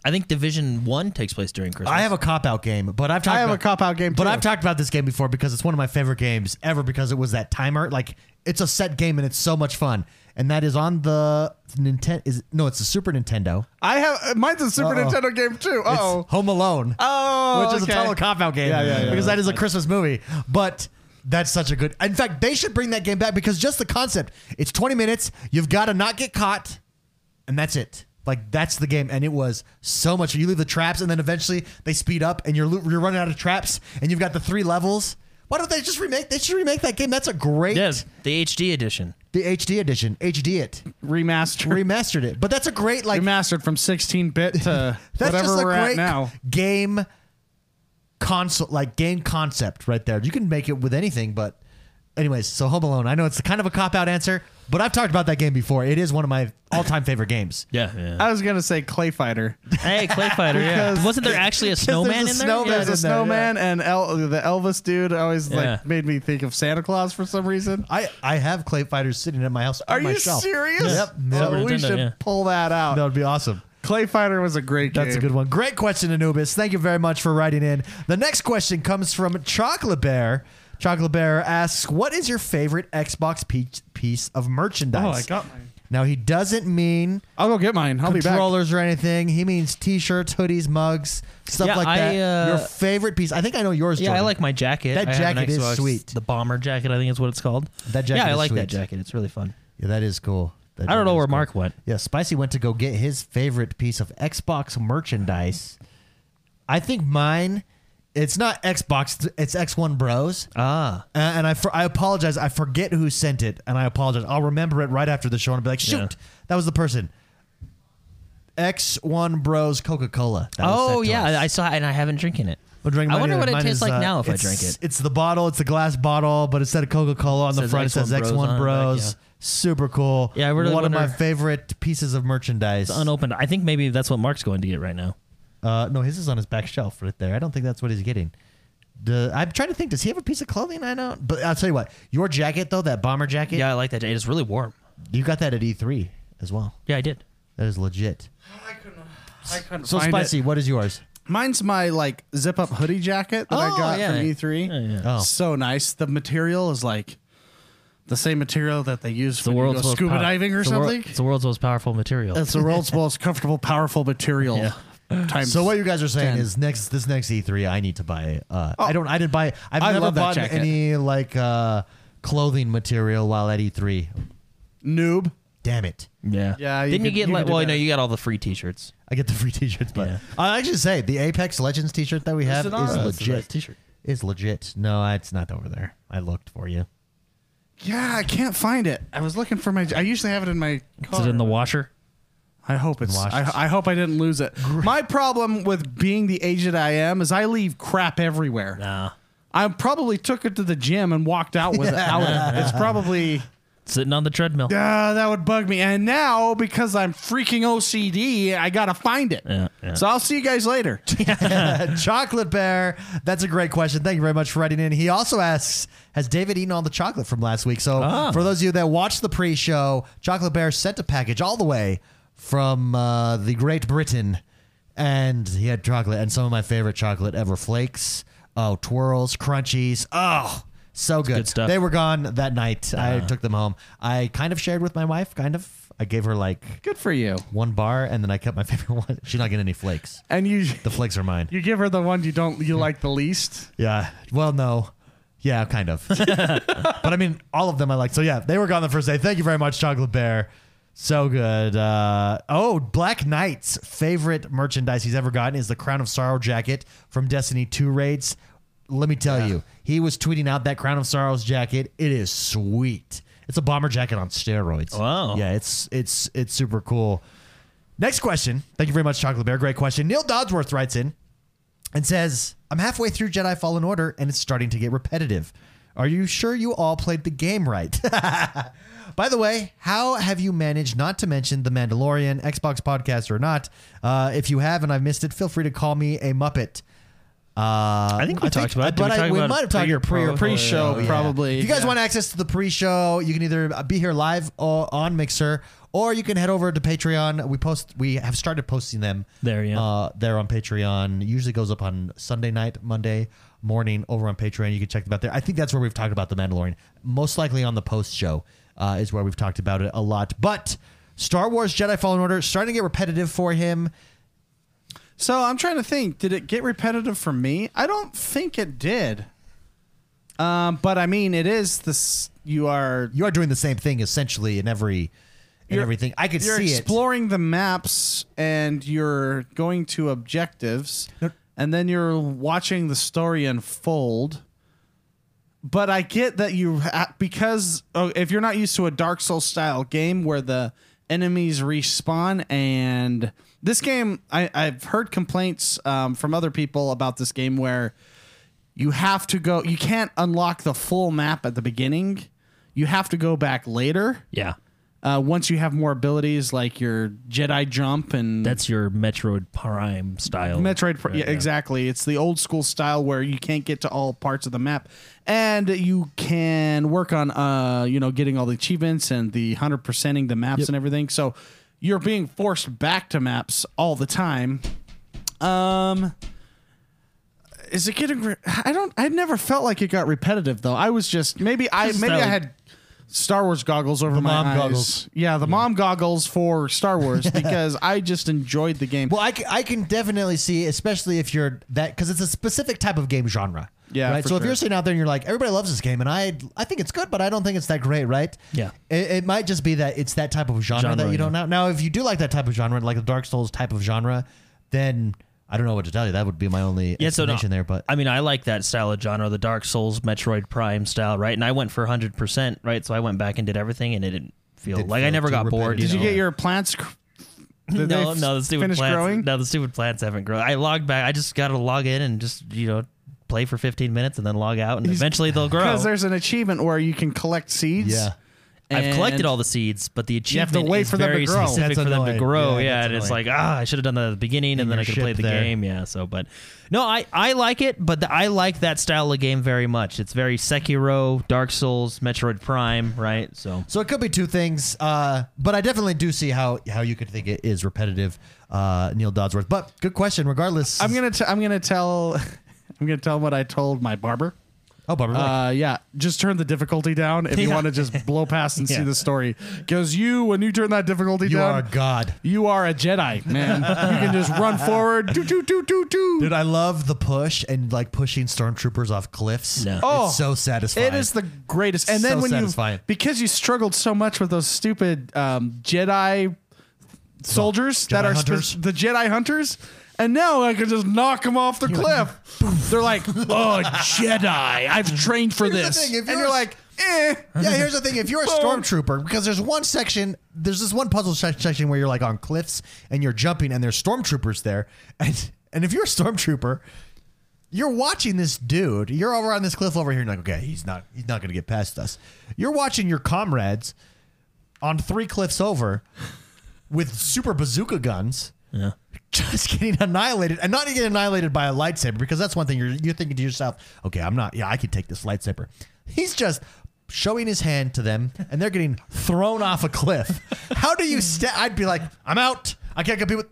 [SPEAKER 2] I think Division One takes place during Christmas.
[SPEAKER 1] I have a cop out game, but I've talked
[SPEAKER 3] I have
[SPEAKER 1] about,
[SPEAKER 3] a cop out game,
[SPEAKER 1] But
[SPEAKER 3] too.
[SPEAKER 1] I've talked about this game before because it's one of my favorite games ever because it was that timer. Like it's a set game and it's so much fun. And that is on the Nintendo is no, it's the Super Nintendo.
[SPEAKER 3] I have uh, mine's a Super
[SPEAKER 1] Uh-oh.
[SPEAKER 3] Nintendo game too.
[SPEAKER 1] It's
[SPEAKER 3] Oh,
[SPEAKER 1] Home Alone.
[SPEAKER 3] oh,
[SPEAKER 1] which is
[SPEAKER 3] okay.
[SPEAKER 1] a total cop out game.
[SPEAKER 3] Yeah, yeah, yeah.
[SPEAKER 1] Because that is a Christmas movie. But that's such a good. In fact, they should bring that game back because just the concept. It's 20 minutes. You've got to not get caught, and that's it. Like that's the game, and it was so much. You leave the traps, and then eventually they speed up, and you're lo- you're running out of traps, and you've got the three levels. Why don't they just remake? They should remake that game. That's a great.
[SPEAKER 2] yes, the HD edition.
[SPEAKER 1] The HD edition, HD it,
[SPEAKER 3] remastered,
[SPEAKER 1] remastered it. But that's a great like
[SPEAKER 3] remastered from 16 bit to
[SPEAKER 1] That's
[SPEAKER 3] whatever
[SPEAKER 1] just a
[SPEAKER 3] we're
[SPEAKER 1] great
[SPEAKER 3] at now.
[SPEAKER 1] game console, like game concept right there. You can make it with anything, but anyways, so Home Alone. I know it's kind of a cop out answer, but I've talked about that game before. It is one of my all time favorite games.
[SPEAKER 2] Yeah.
[SPEAKER 3] I was gonna say Clay Fighter.
[SPEAKER 2] Uh, hey, Clay Fighter.
[SPEAKER 3] Because-
[SPEAKER 2] yeah. Wasn't there actually a snowman
[SPEAKER 1] there's a
[SPEAKER 2] in there?
[SPEAKER 1] snowman.
[SPEAKER 2] Yeah.
[SPEAKER 3] Oh, There's a
[SPEAKER 1] in there, yeah.
[SPEAKER 3] snowman and El- the Elvis dude always
[SPEAKER 2] Yeah.
[SPEAKER 3] like made me think of Santa Claus for some reason.
[SPEAKER 1] I, I have Clay Fighters sitting at my house. on
[SPEAKER 3] Are
[SPEAKER 1] my
[SPEAKER 3] you
[SPEAKER 1] shelf.
[SPEAKER 3] serious?
[SPEAKER 1] Yep.
[SPEAKER 3] Oh,
[SPEAKER 1] Yep.
[SPEAKER 2] Super
[SPEAKER 3] we
[SPEAKER 2] Nintendo,
[SPEAKER 3] should
[SPEAKER 2] yeah.
[SPEAKER 3] pull that out.
[SPEAKER 1] That would be awesome.
[SPEAKER 3] Clay Fighter was a great game.
[SPEAKER 1] That's a good one. Great question, Anubis. Thank you very much for writing in. The next question comes from Chocolate Bear. Chocolate Bear asks, "What is your favorite Xbox pe- piece of merchandise?"
[SPEAKER 3] Oh, I got mine.
[SPEAKER 1] Now he doesn't mean
[SPEAKER 3] I'll go get mine. I'll be back.
[SPEAKER 1] controllers or anything. He means T-shirts, hoodies, mugs, stuff
[SPEAKER 2] Yeah,
[SPEAKER 1] like
[SPEAKER 2] I,
[SPEAKER 1] that.
[SPEAKER 2] uh,
[SPEAKER 1] your favorite piece? I think I know yours.
[SPEAKER 2] Yeah, I
[SPEAKER 1] Jordan.
[SPEAKER 2] like my jacket.
[SPEAKER 1] That
[SPEAKER 2] I have an
[SPEAKER 1] jacket is
[SPEAKER 2] Xbox,
[SPEAKER 1] sweet.
[SPEAKER 2] The bomber jacket, I think is what it's called.
[SPEAKER 1] That jacket
[SPEAKER 2] Yeah, I
[SPEAKER 1] is
[SPEAKER 2] like that
[SPEAKER 1] sweet.
[SPEAKER 2] jacket. It's really fun.
[SPEAKER 1] Yeah, that is cool. That
[SPEAKER 2] I don't
[SPEAKER 1] jacket
[SPEAKER 2] know
[SPEAKER 1] is
[SPEAKER 2] where
[SPEAKER 1] cool.
[SPEAKER 2] Mark went.
[SPEAKER 1] Yeah, Spicy went to go get his favorite piece of Xbox merchandise. I think mine. It's not Xbox. It's X1 Bros.
[SPEAKER 2] Ah,
[SPEAKER 1] Uh, and I, for, I apologize. I forget who sent it, and I apologize. I'll remember it right after the show and be like, shoot,
[SPEAKER 2] Yeah.
[SPEAKER 1] that was the person. X1 Bros Coca Cola.
[SPEAKER 2] oh yeah, I I saw it and I haven't drinking it. I
[SPEAKER 1] uh,
[SPEAKER 2] wonder what it tastes like now if I drink it.
[SPEAKER 1] It's the bottle. It's the glass bottle, but instead of Coca Cola on the
[SPEAKER 2] Says
[SPEAKER 1] front, it says
[SPEAKER 2] X1
[SPEAKER 1] X1
[SPEAKER 2] Bros on it, like,
[SPEAKER 1] Bros.
[SPEAKER 2] yeah.
[SPEAKER 1] Super cool.
[SPEAKER 2] Yeah, I really
[SPEAKER 1] one of my
[SPEAKER 2] wonder-
[SPEAKER 1] favorite pieces of merchandise.
[SPEAKER 2] It's unopened. I think maybe that's what Mark's going to get right now.
[SPEAKER 1] Uh, no, his is on his back shelf right there. I don't think that's what he's getting. The, I'm trying to think. Does he have a piece of clothing? I don't. But I'll tell you what. Your jacket though, that bomber jacket.
[SPEAKER 2] Yeah, I like that. It's really warm.
[SPEAKER 1] You got that at E3 as well.
[SPEAKER 2] Yeah, I did.
[SPEAKER 1] That is legit.
[SPEAKER 3] I couldn't, I couldn't
[SPEAKER 1] So
[SPEAKER 3] find
[SPEAKER 1] spicy.
[SPEAKER 3] it.
[SPEAKER 1] What is yours?
[SPEAKER 3] Mine's my like zip up hoodie jacket that I
[SPEAKER 2] Oh,
[SPEAKER 3] got
[SPEAKER 2] yeah.
[SPEAKER 3] from E3.
[SPEAKER 2] Yeah, yeah.
[SPEAKER 1] Oh.
[SPEAKER 3] So nice. The material is like the same material that they use
[SPEAKER 2] It's the
[SPEAKER 3] when you
[SPEAKER 2] world's
[SPEAKER 3] go
[SPEAKER 2] most
[SPEAKER 3] scuba
[SPEAKER 2] pow-
[SPEAKER 3] diving or
[SPEAKER 2] it's the wor-
[SPEAKER 3] something.
[SPEAKER 2] it's the world's most powerful material.
[SPEAKER 3] It's the world's most comfortable, powerful material. Times
[SPEAKER 1] So what you guys are saying
[SPEAKER 3] 10.
[SPEAKER 1] is next this next E3 I need to buy. Uh, I don't. I didn't buy. I've
[SPEAKER 3] Oh. I
[SPEAKER 1] never
[SPEAKER 3] love that
[SPEAKER 1] bought
[SPEAKER 3] jacket.
[SPEAKER 1] any like uh, clothing material while at E3.
[SPEAKER 3] noob.
[SPEAKER 1] Damn it.
[SPEAKER 2] Yeah.
[SPEAKER 3] Yeah, you
[SPEAKER 2] Didn't you
[SPEAKER 3] could-
[SPEAKER 2] get
[SPEAKER 3] you
[SPEAKER 2] like?
[SPEAKER 3] could do
[SPEAKER 2] Well, no,
[SPEAKER 3] better.
[SPEAKER 2] you got all the free T-shirts.
[SPEAKER 1] I get the free T-shirts, but
[SPEAKER 2] Yeah.
[SPEAKER 1] I'll actually say the Apex Legends T-shirt that we have
[SPEAKER 3] it
[SPEAKER 1] is
[SPEAKER 3] on? That's a
[SPEAKER 1] legit.
[SPEAKER 2] nice t-shirt.
[SPEAKER 1] Is legit. No, it's not over there. I looked for you.
[SPEAKER 3] Yeah, I can't find it. I was looking for my. I usually have it in my.
[SPEAKER 2] Is
[SPEAKER 3] Car.
[SPEAKER 2] it in the washer?
[SPEAKER 3] I hope it's.
[SPEAKER 1] Washed.
[SPEAKER 3] I, I hope I didn't lose it. My problem with being the age that I am is I leave crap everywhere.
[SPEAKER 2] Nah.
[SPEAKER 3] I probably took it to the gym and walked out with it. out. It's probably.
[SPEAKER 2] Sitting on the treadmill.
[SPEAKER 3] Yeah, that would bug me. And now, because I'm freaking OCD, I gotta find it.
[SPEAKER 2] Yeah, yeah.
[SPEAKER 3] So I'll see you guys later.
[SPEAKER 1] chocolate bear. That's a great question. Thank you very much for writing in. He also asks, has David eaten all the chocolate from last week? So for those of you that watched the pre-show, Chocolate Bear sent a package all the way from uh, the Great Britain, and he had chocolate and some of my favorite chocolate ever flakes. Oh, twirls, crunchies. Oh. So good.
[SPEAKER 2] good stuff.
[SPEAKER 1] They were gone that night. I took them home. I kind of shared with my wife, kind of. I gave her like
[SPEAKER 3] Good for you.
[SPEAKER 1] one bar and then I kept my favorite one. She's not getting any flakes.
[SPEAKER 3] And you,
[SPEAKER 1] The flakes are mine.
[SPEAKER 3] you give her the one you don't, you like the least.
[SPEAKER 1] Yeah. Well, no. Yeah, kind of. but I mean, all of them I like. So yeah, they were gone the first day. Thank you very much, Chocolate Bear. So good. Uh, oh, Black Knight's favorite merchandise he's ever gotten is the Crown of Sorrow jacket from Destiny 2 raids. Let me tell you, he was tweeting out that Crown of Sorrows jacket. It is sweet. It's a bomber jacket on steroids.
[SPEAKER 2] Wow.
[SPEAKER 1] Yeah, it's it's it's super cool. Next question. Thank you very much, Chocolate Bear. Great question. Neil Dodsworth writes in and says, I'm halfway through Jedi Fallen Order and it's starting to get repetitive. Are you sure you all played the game right? By the way, how have you managed not to mention The Mandalorian, Xbox podcast or not? Uh, if you have and I've missed it, feel free to call me a Muppet. Uh,
[SPEAKER 2] I think we talked about it. Did
[SPEAKER 1] but
[SPEAKER 2] we
[SPEAKER 1] I-
[SPEAKER 2] talk
[SPEAKER 1] we
[SPEAKER 2] about
[SPEAKER 1] might
[SPEAKER 2] it
[SPEAKER 1] have talked pre
[SPEAKER 2] pre or Oh,
[SPEAKER 1] or
[SPEAKER 2] post?
[SPEAKER 3] Pre-show,
[SPEAKER 1] yeah.
[SPEAKER 3] probably.
[SPEAKER 1] If you guys
[SPEAKER 3] yeah.
[SPEAKER 1] want access to the pre-show, you can either uh, be here live or on Mixer, or you can head over to Patreon. We post, we have started posting them
[SPEAKER 2] There, yeah.
[SPEAKER 1] uh, there on Patreon. Usually goes up on Sunday night, Monday morning over on Patreon. You can check them out there. I think that's where we've talked about the Mandalorian. Most likely on the post show uh, is where we've talked about it a lot. But Star Wars Jedi Fallen Order starting to get repetitive for him.
[SPEAKER 3] So I'm trying to think. Did it get repetitive for me? I don't think it did. Um, but I mean, it is this. You are
[SPEAKER 1] You are doing the same thing essentially in every in
[SPEAKER 3] You're-
[SPEAKER 1] everything. I could
[SPEAKER 3] you're
[SPEAKER 1] see it.
[SPEAKER 3] exploring the maps and you're going to objectives
[SPEAKER 1] No.
[SPEAKER 3] and then you're watching the story unfold but i get that you ha- because oh, if you're not used to a dark souls style game where the enemies respawn and this game I, i've heard complaints um, from other people about this game where you have to go you can't unlock the full map at the beginning you have to go back later
[SPEAKER 2] Yeah.
[SPEAKER 3] uh, once you have more abilities like your Jedi jump and
[SPEAKER 2] That's your Metroid Prime style.
[SPEAKER 3] Metroid, Prime. yeah, exactly. It's the old school style where you can't get to all parts of the map, and you can work on uh, you know, getting all the achievements and the hundred percenting the maps and everything. So you're being forced back to maps all the time. Um, is it getting? Re- I don't. I never felt like it got repetitive though. I was just maybe I
[SPEAKER 2] Just
[SPEAKER 3] maybe
[SPEAKER 2] that-
[SPEAKER 3] I had Star Wars goggles over my
[SPEAKER 1] mom
[SPEAKER 3] eyes.
[SPEAKER 1] goggles.
[SPEAKER 3] Yeah, the mom goggles for Star Wars because I just enjoyed the game.
[SPEAKER 1] Well, I, c- I can definitely see, especially if you're that, because it's a specific type of game genre.
[SPEAKER 3] Yeah,
[SPEAKER 1] Right.
[SPEAKER 3] for
[SPEAKER 1] So if
[SPEAKER 3] sure.
[SPEAKER 1] you're sitting out there and you're like, everybody loves this game, and I I think it's good, but I don't think it's that great, right?
[SPEAKER 2] Yeah.
[SPEAKER 1] It, it might just be that it's that type of genre,
[SPEAKER 2] Genre,
[SPEAKER 1] that you
[SPEAKER 2] yeah.
[SPEAKER 1] don't know. Now, if you do like that type of genre, like the Dark Souls type of genre, then I don't know what to tell you. That would be my only
[SPEAKER 2] Yeah, so no,
[SPEAKER 1] explanation there. But
[SPEAKER 2] I mean, I like that style of genre, the Dark Souls, Metroid Prime style, right? And I went for 100%, right? So I went back and did everything, and it didn't feel
[SPEAKER 1] Didn't
[SPEAKER 2] like I
[SPEAKER 1] feel
[SPEAKER 2] never
[SPEAKER 1] too
[SPEAKER 2] got bored.
[SPEAKER 1] repetitive.
[SPEAKER 3] Did you
[SPEAKER 2] know?
[SPEAKER 3] get your plants? cr- Did
[SPEAKER 2] no,
[SPEAKER 3] they
[SPEAKER 2] no, the
[SPEAKER 3] f-
[SPEAKER 2] stupid
[SPEAKER 3] finish
[SPEAKER 2] plants.
[SPEAKER 3] growing.
[SPEAKER 2] No, the stupid plants haven't grown. I logged back. I just got to log in and just you know play for 15 minutes and then log out, and eventually they'll grow.
[SPEAKER 3] Because there's an achievement where you can collect seeds.
[SPEAKER 1] yeah.
[SPEAKER 2] I've collected
[SPEAKER 3] and-
[SPEAKER 2] all the seeds, but the
[SPEAKER 3] have
[SPEAKER 2] achievement
[SPEAKER 3] to wait
[SPEAKER 2] is
[SPEAKER 3] for them to
[SPEAKER 2] very
[SPEAKER 3] grow.
[SPEAKER 2] specific
[SPEAKER 1] That's
[SPEAKER 2] for them
[SPEAKER 1] annoying.
[SPEAKER 2] to grow.
[SPEAKER 1] Yeah,
[SPEAKER 2] Yeah,
[SPEAKER 1] that's
[SPEAKER 2] and it's
[SPEAKER 1] annoying.
[SPEAKER 2] like ah, I should have done that at the beginning,
[SPEAKER 1] In
[SPEAKER 2] and then
[SPEAKER 1] your
[SPEAKER 2] I could play
[SPEAKER 1] ship
[SPEAKER 2] the
[SPEAKER 1] there.
[SPEAKER 2] game. Yeah, so but no, I I like it, but the, I like that style of game very much. It's very Sekiro, Dark Souls, Metroid Prime, right? So
[SPEAKER 1] So it could be two things, uh, but I definitely do see how how you could think it is repetitive, uh, Neil Dodsworth. But good question, regardless.
[SPEAKER 3] I'm gonna. T- I'm gonna tell. I'm gonna tell what I told my barber.
[SPEAKER 1] Oh, Barbara. Blake.
[SPEAKER 3] Uh, yeah, just turn the difficulty down if you
[SPEAKER 2] Yeah.
[SPEAKER 3] want to just blow past and see
[SPEAKER 2] Yeah.
[SPEAKER 3] the story. Because you, when you turn that difficulty
[SPEAKER 1] you
[SPEAKER 3] down,
[SPEAKER 1] are a god.
[SPEAKER 3] you are a Jedi, man. you can just run forward. Do, do, do, do, do.
[SPEAKER 1] Dude, I love the push and like pushing stormtroopers off cliffs.
[SPEAKER 2] No.
[SPEAKER 3] Oh,
[SPEAKER 1] it's so satisfying.
[SPEAKER 3] It is the greatest. And
[SPEAKER 1] So
[SPEAKER 3] then when
[SPEAKER 1] satisfying.
[SPEAKER 3] you because you struggled so much with those stupid um, Jedi soldiers that
[SPEAKER 1] Jedi
[SPEAKER 3] are spe-
[SPEAKER 1] hunters.
[SPEAKER 3] the Jedi hunters. And now I can just knock them off the cliff. They're like, "Oh, Jedi! I've trained for
[SPEAKER 1] Here's the
[SPEAKER 3] this."
[SPEAKER 1] thing, if
[SPEAKER 3] and
[SPEAKER 1] you're
[SPEAKER 3] you're
[SPEAKER 1] a-
[SPEAKER 3] like, "Eh,
[SPEAKER 1] Yeah, here's the thing. If you're a stormtrooper, because there's one section, there's this one puzzle se- section where you're like on cliffs and you're jumping and there's stormtroopers there. And and if you're a stormtrooper, you're watching this dude. You're over on this cliff over here and you're like, okay, he's not he's not gonna get past us. You're watching your comrades on three cliffs over with super bazooka guns. Yeah. Just getting annihilated and not getting annihilated by a lightsaber because that's one thing you're, you're thinking to yourself, okay, I'm not, yeah, I can take this lightsaber. He's just showing his hand to them and they're getting thrown off a cliff. How do you sta I'd be like, I'm out. I can't compete with.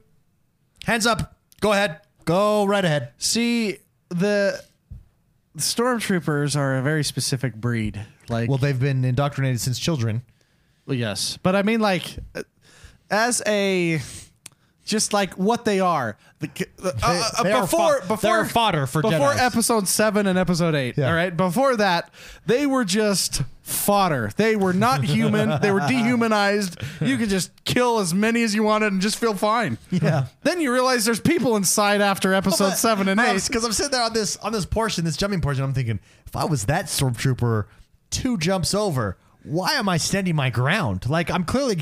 [SPEAKER 1] Hands up. Go ahead. Go right ahead.
[SPEAKER 3] See, the stormtroopers are a very specific breed. Like,
[SPEAKER 1] Well,
[SPEAKER 3] well,
[SPEAKER 1] they've been indoctrinated since children.
[SPEAKER 3] yes, but I mean, like, uh, as a just like what they are. The, c- the- uh, uh,
[SPEAKER 1] they are
[SPEAKER 3] before,
[SPEAKER 1] fo-
[SPEAKER 3] before
[SPEAKER 1] they're fodder for
[SPEAKER 3] before
[SPEAKER 1] Jedis.
[SPEAKER 3] episode seven and episode eight.
[SPEAKER 1] Yeah.
[SPEAKER 3] All right, before that, they were just fodder. They were not human. they were dehumanized. You could just kill as many as you wanted and just feel fine.
[SPEAKER 1] Yeah.
[SPEAKER 3] Then you realize there's people inside after episode seven and eight.
[SPEAKER 1] because I'm sitting there on this on this portion, this jumping portion. I'm thinking, if I was that stormtrooper, two jumps over, why am I standing my ground? Like I'm clearly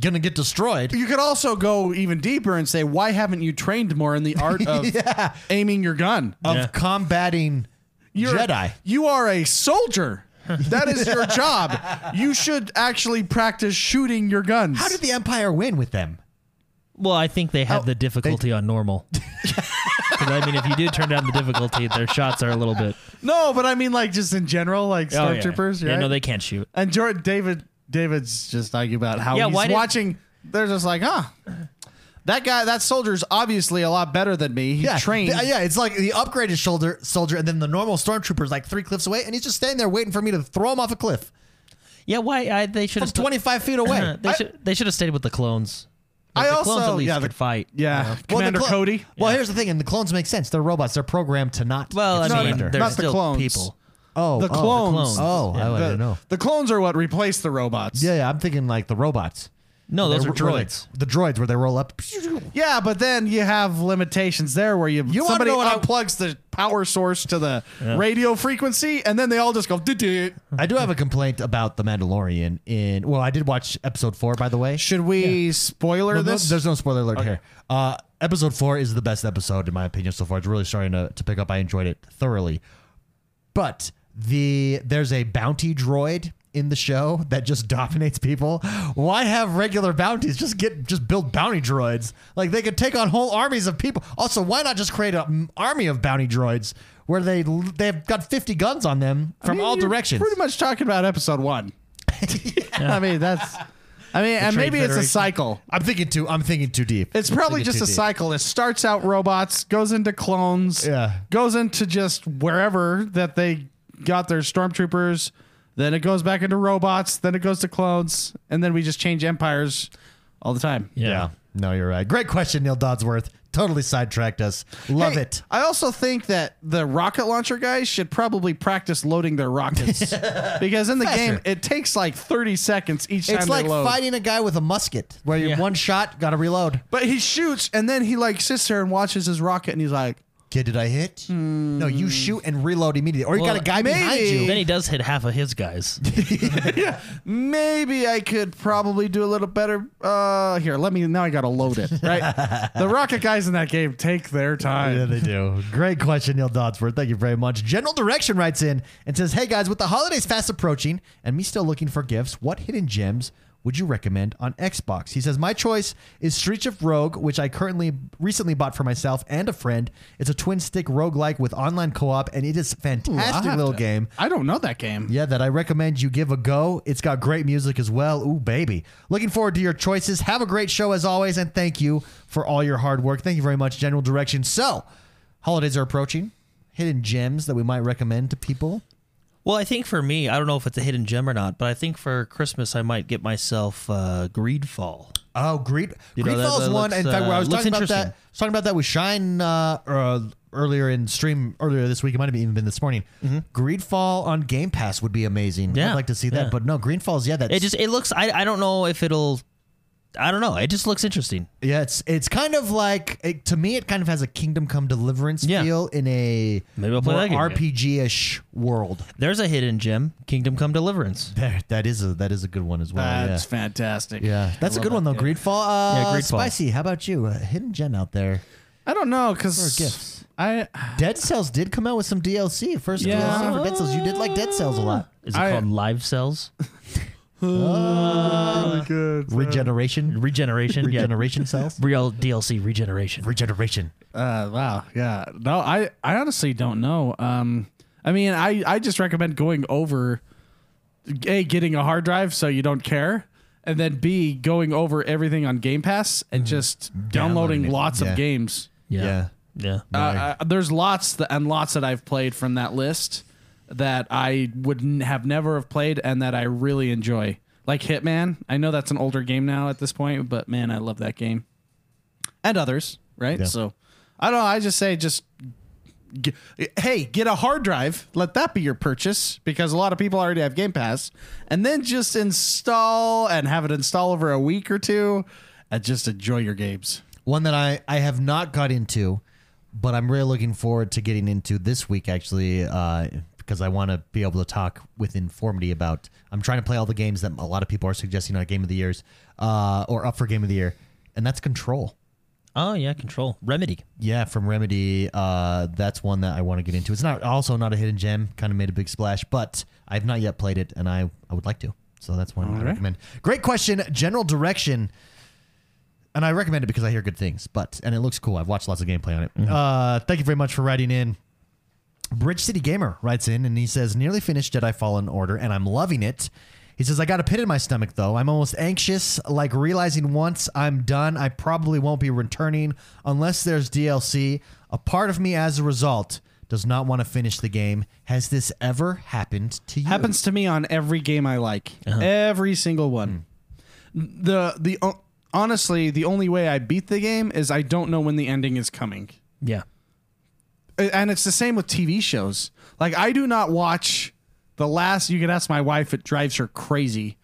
[SPEAKER 1] gonna get destroyed.
[SPEAKER 3] You could also go even deeper and say, why haven't you trained more in the art of aiming your gun?
[SPEAKER 1] Of
[SPEAKER 2] Yeah.
[SPEAKER 1] combating
[SPEAKER 3] You're-
[SPEAKER 1] Jedi.
[SPEAKER 3] You are a soldier. That is your job. You should actually practice shooting your guns.
[SPEAKER 1] How did the Empire win with them?
[SPEAKER 2] well, I think they have the difficulty on normal. 'Cause, I mean, if you do turn down the difficulty, their shots are a little bit
[SPEAKER 3] no, but I mean, like, just in general, like
[SPEAKER 2] Oh, yeah.
[SPEAKER 3] stormtroopers,
[SPEAKER 2] Yeah,
[SPEAKER 3] right?
[SPEAKER 2] no, they can't shoot.
[SPEAKER 3] and Jordan, David, David's just arguing about how
[SPEAKER 2] Yeah, why
[SPEAKER 3] he's
[SPEAKER 2] did-
[SPEAKER 3] watching. They're just like, huh. That guy, that soldier's obviously a lot better than me. He trained.
[SPEAKER 1] Yeah, yeah, it's like the upgraded shoulder soldier, and then the normal stormtrooper's like three cliffs away, and he's just standing there waiting for me to throw him off a cliff
[SPEAKER 2] Yeah, why I, they should
[SPEAKER 1] from
[SPEAKER 2] have
[SPEAKER 1] 25 feet away.
[SPEAKER 2] they should they should have stayed with the clones.
[SPEAKER 3] I
[SPEAKER 2] the
[SPEAKER 3] also-
[SPEAKER 2] clones at least
[SPEAKER 3] yeah, the-
[SPEAKER 2] could fight.
[SPEAKER 3] Yeah.
[SPEAKER 1] Well, the
[SPEAKER 3] Commander
[SPEAKER 1] clo-
[SPEAKER 3] Cody.
[SPEAKER 1] Well,
[SPEAKER 2] Yeah.
[SPEAKER 1] here's the thing, and the clones make sense. They're robots. They're programmed to not.
[SPEAKER 2] Well,
[SPEAKER 1] get
[SPEAKER 2] I mean,
[SPEAKER 1] surrender.
[SPEAKER 2] they're
[SPEAKER 3] Not the
[SPEAKER 2] still
[SPEAKER 3] clones.
[SPEAKER 2] people.
[SPEAKER 1] oh,
[SPEAKER 3] The
[SPEAKER 1] oh,
[SPEAKER 3] clones.
[SPEAKER 1] Oh, I
[SPEAKER 3] the,
[SPEAKER 1] didn't know.
[SPEAKER 3] the clones are what replaced the robots.
[SPEAKER 1] Yeah, yeah, I'm thinking like the robots.
[SPEAKER 2] No, Oh, those
[SPEAKER 1] They-
[SPEAKER 2] are
[SPEAKER 1] where they-
[SPEAKER 2] droids.
[SPEAKER 1] the droids where they roll up.
[SPEAKER 3] Yeah, but then you have limitations there where you,
[SPEAKER 1] wanna
[SPEAKER 3] somebody
[SPEAKER 1] know what I-
[SPEAKER 3] unplugs the power source to the radio frequency, and then they all just go. "Doo-doo."
[SPEAKER 1] I do have a complaint about the Mandalorian. In well, I did watch episode four, by the way.
[SPEAKER 3] Should we spoiler
[SPEAKER 1] No, no,
[SPEAKER 3] this?
[SPEAKER 1] there's no spoiler alert here. Uh, episode four is the best episode in my opinion so far. It's really starting to, to pick up. I enjoyed it thoroughly, but the there's a bounty droid in the show that just dominates people. Why have regular bounties? Just get just build bounty droids. Like they could take on whole armies of people. Also, why not just create an army of bounty droids where they they've got 50 guns on them from
[SPEAKER 3] I mean,
[SPEAKER 1] all
[SPEAKER 3] you're
[SPEAKER 1] directions?
[SPEAKER 3] Pretty much talking about episode one. I mean, that's I mean,
[SPEAKER 1] The
[SPEAKER 3] and
[SPEAKER 1] Trade
[SPEAKER 3] maybe it's a
[SPEAKER 1] Federation.
[SPEAKER 3] cycle.
[SPEAKER 1] I'm thinking too. I'm thinking too deep.
[SPEAKER 3] It's probably
[SPEAKER 1] Thinking
[SPEAKER 3] just
[SPEAKER 1] too
[SPEAKER 3] a
[SPEAKER 1] deep.
[SPEAKER 3] cycle. It starts out robots, goes into clones,
[SPEAKER 1] Yeah.
[SPEAKER 3] goes into just wherever that they got their stormtroopers. Then it goes back into robots. Then it goes to clones, and then we just change empires all the time.
[SPEAKER 2] Yeah.
[SPEAKER 1] No, you're right. Great question, Neil Dodsworth. Totally sidetracked us. Love
[SPEAKER 3] Hey,
[SPEAKER 1] it.
[SPEAKER 3] I also think that the rocket launcher guys should probably practice loading their rockets because in the
[SPEAKER 1] Faster.
[SPEAKER 3] game it takes like 30 seconds each time
[SPEAKER 1] It's like
[SPEAKER 3] they load.
[SPEAKER 1] fighting a guy with a musket where you
[SPEAKER 2] Yeah.
[SPEAKER 1] one shot, got to reload.
[SPEAKER 3] But he shoots and then he like sits there and watches his rocket and he's like,
[SPEAKER 1] Kid, did I hit? No, you
[SPEAKER 2] Hmm.
[SPEAKER 1] shoot and reload immediately. Or you
[SPEAKER 2] Well,
[SPEAKER 1] got a guy behind
[SPEAKER 3] maybe-
[SPEAKER 1] you.
[SPEAKER 2] Then he does hit half of his guys.
[SPEAKER 3] maybe I could probably do a little better. Uh, here, let me now. I gotta load it. Right, the rocket guys in that game take their time.
[SPEAKER 1] Yeah, they do. Great question, Neil Dodsworth. Thank you very much. General Direction writes in and says, Hey guys, with the holidays fast approaching and me still looking for gifts, what hidden gems would you recommend on Xbox? He says, My choice is Streets of Rogue, which I currently recently bought for myself and a friend. It's a twin stick roguelike with online co op, and it is a
[SPEAKER 3] I'll
[SPEAKER 1] fantastic
[SPEAKER 3] have
[SPEAKER 1] little
[SPEAKER 3] to-
[SPEAKER 1] game.
[SPEAKER 3] I don't know that game.
[SPEAKER 1] Yeah, that I recommend you give a go. It's got great music as well. Ooh, baby. Looking forward to your choices. Have a great show as always, and thank you for all your hard work. Thank you very much, General Direction. So, holidays are approaching. Hidden gems that we might recommend to people.
[SPEAKER 2] Well, I think for me, I don't know if it's a hidden gem or not, but I think for Christmas I might get myself uh, Greedfall.
[SPEAKER 1] Oh, Greed
[SPEAKER 2] You know,
[SPEAKER 1] Greed
[SPEAKER 2] that-
[SPEAKER 1] Falls
[SPEAKER 2] that
[SPEAKER 1] one.
[SPEAKER 2] looks,
[SPEAKER 1] in fact, where I
[SPEAKER 2] uh,
[SPEAKER 1] was
[SPEAKER 2] looks
[SPEAKER 1] talking about that.
[SPEAKER 2] interesting.
[SPEAKER 1] I was talking about that with Shine uh, uh, earlier in stream earlier this week. It might have even been this morning. Greedfall on Game Pass would be amazing.
[SPEAKER 2] Yeah,
[SPEAKER 1] I'd like to see that.
[SPEAKER 2] yeah.
[SPEAKER 1] But no, Green Falls. Yeah, that's
[SPEAKER 2] It just it looks. I I don't know if it'll. I don't know. It just looks interesting.
[SPEAKER 1] Yeah, it's it's kind of like it, to me, it kind of has a Kingdom Come Deliverance
[SPEAKER 2] Yeah.
[SPEAKER 1] feel in a
[SPEAKER 2] Maybe I'll play
[SPEAKER 1] more
[SPEAKER 2] that game again.
[SPEAKER 1] RPG-ish world.
[SPEAKER 2] There's a hidden gem, Kingdom Come Deliverance.
[SPEAKER 1] There, that is a that is a good one as well.
[SPEAKER 3] That's
[SPEAKER 1] yeah.
[SPEAKER 3] fantastic.
[SPEAKER 1] Yeah, that's a
[SPEAKER 3] I
[SPEAKER 1] good
[SPEAKER 3] love
[SPEAKER 1] one though.
[SPEAKER 3] that game.
[SPEAKER 1] Greedfall, uh,
[SPEAKER 2] Yeah, Greedfall.
[SPEAKER 1] Spicy. How about you? A hidden gem out there.
[SPEAKER 3] I don't know
[SPEAKER 1] For gifts.
[SPEAKER 3] because I
[SPEAKER 1] Dead Cells did come out with some DLC. First
[SPEAKER 3] Yeah.
[SPEAKER 1] DLC for Dead Cells. You did like Dead Cells a lot.
[SPEAKER 2] Is it
[SPEAKER 3] I-
[SPEAKER 2] called Live Cells?
[SPEAKER 3] good.
[SPEAKER 1] Regeneration,
[SPEAKER 2] Regeneration.
[SPEAKER 1] regeneration cells,
[SPEAKER 2] Yeah. Real DLC regeneration.
[SPEAKER 1] regeneration.
[SPEAKER 3] Uh, wow. Yeah. No, I, I honestly don't know. Um, I mean, I, I just recommend going over A, getting a hard drive so you don't care. And then B, going over everything on Game Pass and just downloading,
[SPEAKER 1] Mm-hmm. Downloading it.
[SPEAKER 3] lots
[SPEAKER 1] Yeah.
[SPEAKER 3] of games.
[SPEAKER 1] Yeah.
[SPEAKER 2] Yeah. Yeah.
[SPEAKER 3] Uh, uh, there's lots that, and lots that I've played from that list that I would n- have never have played and that I really enjoy. Like Hitman. I know that's an older game now at this point, but man, I love that game. And others, right?
[SPEAKER 1] Yeah.
[SPEAKER 3] So I don't know. I just say just g- hey, get a hard drive. Let that be your purchase because a lot of people already have Game Pass, and then just install and have it install over a week or two, and just enjoy your games.
[SPEAKER 1] One that I, I have not got into, but I'm really looking forward to getting into this week, actually, uh, because I want to be able to talk with informity about. I'm trying to play all the games that a lot of people are suggesting on Game of the Years uh, or up for Game of the Year, and that's Control.
[SPEAKER 2] Oh yeah. Control. Remedy.
[SPEAKER 1] Yeah, from Remedy. Uh, that's one that I want to get into. It's not also not a hidden gem. Kind of made a big splash, but I've not yet played it, and I I would like to. So that's one I
[SPEAKER 3] right.
[SPEAKER 1] recommend. Great question. General direction. And I recommend it because I hear good things, but and it looks cool. I've watched lots of gameplay on it. Uh, thank you very much for writing in. Bridge City Gamer writes in and he says, Nearly finished Jedi Fallen Order, and I'm loving it. He says, I got a pit in my stomach, though. I'm almost anxious, like realizing once I'm done, I probably won't be returning unless there's DLC. A part of me, as a result, does not want to finish the game. Has this ever happened to you?
[SPEAKER 3] Happens to me on every game I like. Every single one. The the o- honestly, the only way I beat the game is I don't know when the ending is coming.
[SPEAKER 2] Yeah.
[SPEAKER 3] A- And it's the same with TV shows. Like I do not watch the last you can ask my wife it drives her crazy.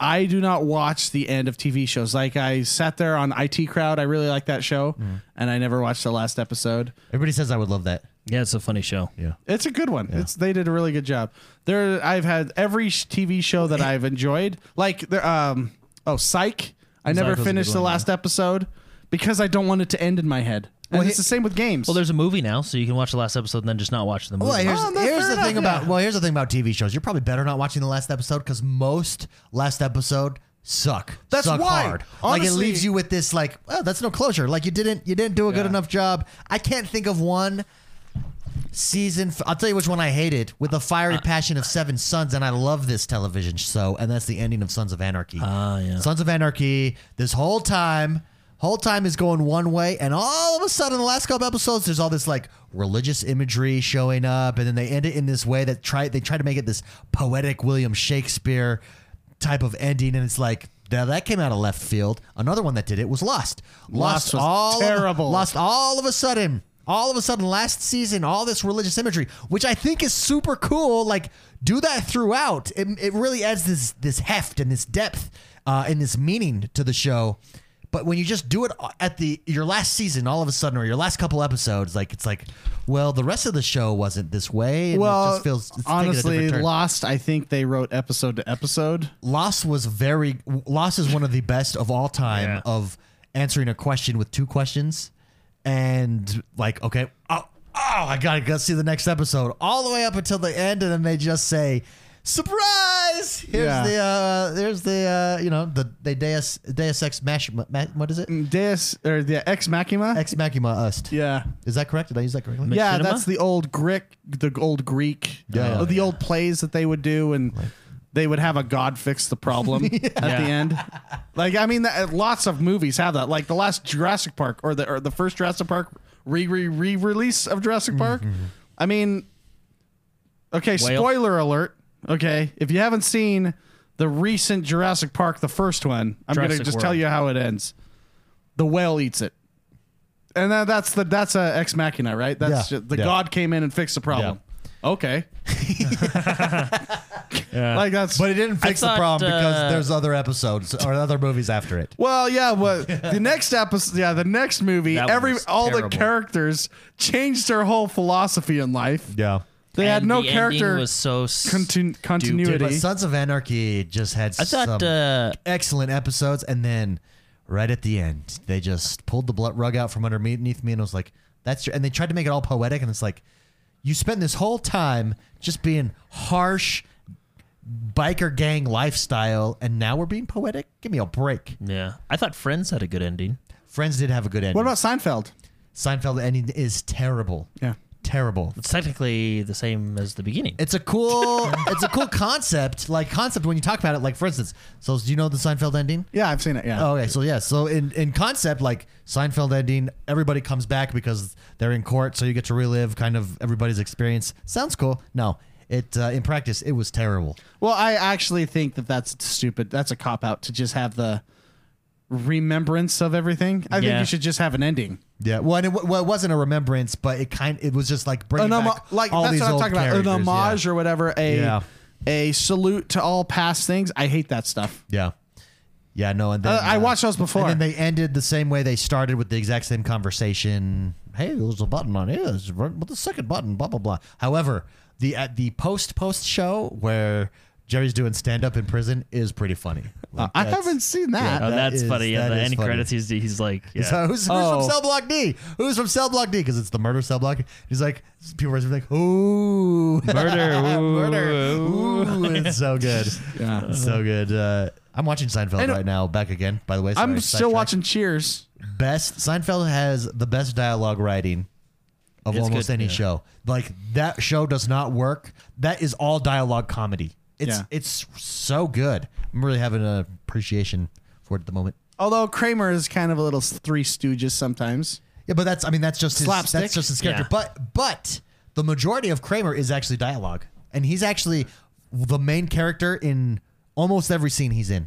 [SPEAKER 3] I do not watch the end of TV shows. Like I sat there on IT Crowd, I really like that show, and I never watched the last episode.
[SPEAKER 1] Everybody says I would love that.
[SPEAKER 2] Yeah. It's a funny show.
[SPEAKER 1] Yeah.
[SPEAKER 3] It's a good one. It's they did a really good job. There, I've had every sh- TV show that I've enjoyed. Like there, um, oh, Psych. I
[SPEAKER 2] Psych
[SPEAKER 3] never
[SPEAKER 2] was a good
[SPEAKER 3] finished the
[SPEAKER 2] one,
[SPEAKER 3] last episode because I don't want it to end in my head. And
[SPEAKER 1] Well,
[SPEAKER 3] it's the same with games.
[SPEAKER 2] Well, there's a movie now, so you can watch the last episode and then just not watch the movie.
[SPEAKER 1] Well, here's,
[SPEAKER 3] Oh, no,
[SPEAKER 1] here's
[SPEAKER 3] fair
[SPEAKER 1] the
[SPEAKER 3] enough,
[SPEAKER 1] thing about
[SPEAKER 3] yeah.
[SPEAKER 1] well, here's the thing about TV shows. You're probably better not watching the last episode because most last episode suck.
[SPEAKER 3] That's
[SPEAKER 1] suck
[SPEAKER 3] why.
[SPEAKER 1] hard. like it
[SPEAKER 3] Honestly-
[SPEAKER 1] leaves you with this like, oh, that's no closure. Like you didn't you didn't do a good
[SPEAKER 3] Yeah.
[SPEAKER 1] enough job. I can't think of one season. F- I'll tell you which one I hated with the fiery
[SPEAKER 3] Uh,
[SPEAKER 1] passion of Seven Sons, and I love this television show, and that's the ending of Sons of Anarchy.
[SPEAKER 2] Ah, yeah.
[SPEAKER 1] Sons of Anarchy. This whole time, whole time is going one way, and all of a sudden, the last couple episodes, there's all this like religious imagery showing up, and then they end it in this way that try they try to make it this poetic William Shakespeare type of ending, and it's like. Now that came out of left field. Another one that did it was Lost.
[SPEAKER 3] Lost was
[SPEAKER 1] all of-
[SPEAKER 3] terrible.
[SPEAKER 1] Lost all of a sudden, all of a sudden, last season, all this religious imagery, which I think is super cool. Like, do that throughout. It, it really adds this this heft and this depth uh, and this meaning to the show. But when you just do it at the your last season, all of a sudden, or your last couple episodes, like it's like, well, the rest of the show wasn't this way. And
[SPEAKER 3] well,
[SPEAKER 1] it just feels it's taking a
[SPEAKER 3] honestly,
[SPEAKER 1] different turn.
[SPEAKER 3] Lost. I think they wrote episode to episode.
[SPEAKER 1] Loss was very Loss is one of the best of all time
[SPEAKER 2] Yeah.
[SPEAKER 1] of answering a question with two questions and like okay oh, oh I gotta go see the next episode all the way up until the end and then they just say surprise here's
[SPEAKER 3] Yeah.
[SPEAKER 1] the uh there's the uh you know the they Deus Deus Ex Mash ma, what is it
[SPEAKER 2] Mm.
[SPEAKER 3] Deus or the Ex Machina.
[SPEAKER 1] Ex Machina Ust
[SPEAKER 3] yeah.
[SPEAKER 1] is that correct did I use that correctly
[SPEAKER 3] Yeah,
[SPEAKER 2] Machinima?
[SPEAKER 3] that's the old Greek, the old Greek,
[SPEAKER 1] Yeah.
[SPEAKER 3] uh, the old plays that they would do, and they would have a god fix the problem at the end. Like, I mean, that, lots of movies have that. Like the last Jurassic Park or the or the first Jurassic Park re re re release of Jurassic Park. I mean, okay,
[SPEAKER 2] Whale.
[SPEAKER 3] spoiler alert. Okay, if you haven't seen the recent Jurassic Park, the first one, I'm
[SPEAKER 2] Jurassic
[SPEAKER 3] gonna just
[SPEAKER 2] World.
[SPEAKER 3] tell you how it ends. The whale eats it. And that, that's the that's a ex machina, right? That's
[SPEAKER 1] Yeah.
[SPEAKER 3] ju- the
[SPEAKER 1] Yeah.
[SPEAKER 3] god came in and fixed the problem. Okay, like that's
[SPEAKER 1] but it didn't fix
[SPEAKER 2] thought,
[SPEAKER 1] the problem
[SPEAKER 2] uh,
[SPEAKER 1] because there's other episodes or other movies after it
[SPEAKER 3] well, yeah. Well, the next episode, yeah, the next movie,
[SPEAKER 2] That one
[SPEAKER 3] every
[SPEAKER 2] was
[SPEAKER 3] all
[SPEAKER 2] terrible.
[SPEAKER 3] the characters changed their whole philosophy in life.
[SPEAKER 1] yeah.
[SPEAKER 3] They had
[SPEAKER 2] And
[SPEAKER 3] no
[SPEAKER 2] the
[SPEAKER 3] character
[SPEAKER 2] ending was so s-
[SPEAKER 3] continu-
[SPEAKER 1] But
[SPEAKER 3] continuity.
[SPEAKER 1] Sons of Anarchy just um, had
[SPEAKER 2] I
[SPEAKER 1] some
[SPEAKER 2] thought uh,
[SPEAKER 1] excellent episodes. And then right at the end, they just pulled the blood rug out from underneath me and was like, that's your, and they tried to make it all poetic. And it's like, you spend this whole time just being harsh biker gang lifestyle. And now we're being poetic. Give me a break.
[SPEAKER 2] yeah, I thought Friends had a good ending.
[SPEAKER 1] Friends did have a good ending.
[SPEAKER 3] What about Seinfeld?
[SPEAKER 1] Seinfeld ending is terrible.
[SPEAKER 3] Yeah.
[SPEAKER 1] Terrible.
[SPEAKER 2] It's technically the same as the beginning.
[SPEAKER 1] It's a cool it's a cool concept. Like concept when you talk about it, like for instance, so do you know the Seinfeld ending?
[SPEAKER 3] Yeah, I've seen it. Yeah.
[SPEAKER 1] Oh, okay. So yeah. So in in concept, like Seinfeld ending, everybody comes back because they're in court, so you get to relive kind of everybody's experience. Sounds cool. No, it uh, in practice it was terrible.
[SPEAKER 3] Well, I actually think that that's stupid. That's a cop out to just have the remembrance of everything. I think
[SPEAKER 2] Yeah.
[SPEAKER 3] you should just have an ending.
[SPEAKER 1] Yeah. Well, and it, w- well, it wasn't a remembrance, but it kind it was just like bringing
[SPEAKER 3] An homo-
[SPEAKER 1] back
[SPEAKER 3] like
[SPEAKER 1] all
[SPEAKER 3] that's
[SPEAKER 1] these
[SPEAKER 3] what I'm
[SPEAKER 1] old
[SPEAKER 3] talking about. An
[SPEAKER 1] characters.
[SPEAKER 3] homage or whatever. A
[SPEAKER 1] Yeah.
[SPEAKER 3] a salute to all past things. I hate that stuff.
[SPEAKER 1] Yeah. yeah. Yeah. No. And then
[SPEAKER 3] Uh, I
[SPEAKER 1] uh,
[SPEAKER 3] watched those before.
[SPEAKER 1] And then they ended the same way they started with the exact same conversation. Hey, there's a button on here. There's right- With the second button, blah blah blah. However, the at the post post show where Jerry's doing stand up in prison is pretty funny. Like,
[SPEAKER 3] Uh, I
[SPEAKER 1] Uh, that's-
[SPEAKER 3] haven't seen that.
[SPEAKER 2] oh,
[SPEAKER 1] that
[SPEAKER 2] that's
[SPEAKER 1] is-
[SPEAKER 2] funny. Yeah,
[SPEAKER 1] that
[SPEAKER 2] the
[SPEAKER 1] is
[SPEAKER 2] end
[SPEAKER 1] funny.
[SPEAKER 2] credits. He's, he's like, yeah.
[SPEAKER 1] So who's, who's
[SPEAKER 3] Oh.
[SPEAKER 1] from Cell Block D? Who's from Cell Block D? Because it's the murder cell block. He's like, people are like, ooh,
[SPEAKER 2] Murder, ooh,
[SPEAKER 1] murder,
[SPEAKER 2] ooh.
[SPEAKER 1] ooh. It's so good,
[SPEAKER 3] Yeah.
[SPEAKER 1] It's so good. Uh, I'm watching Seinfeld right now. Back again, by the way.
[SPEAKER 3] I'm
[SPEAKER 1] Sorry,
[SPEAKER 3] still
[SPEAKER 1] sidetracked.
[SPEAKER 3] watching Cheers.
[SPEAKER 1] best Seinfeld has the best dialogue writing of
[SPEAKER 2] It's
[SPEAKER 1] almost
[SPEAKER 2] good,
[SPEAKER 1] any
[SPEAKER 2] yeah.
[SPEAKER 1] show. Like that show does not work. That is all dialogue comedy. It's
[SPEAKER 3] Yeah.
[SPEAKER 1] it's so good. I'm really having an appreciation for it at the moment.
[SPEAKER 3] Although Kramer is kind of a little Three Stooges sometimes.
[SPEAKER 1] Yeah, but that's I mean that's just his,
[SPEAKER 3] Slapstick?
[SPEAKER 1] that's just his character.
[SPEAKER 2] Yeah.
[SPEAKER 1] But but the majority of Kramer is actually dialogue, and he's actually the main character in almost every scene he's in.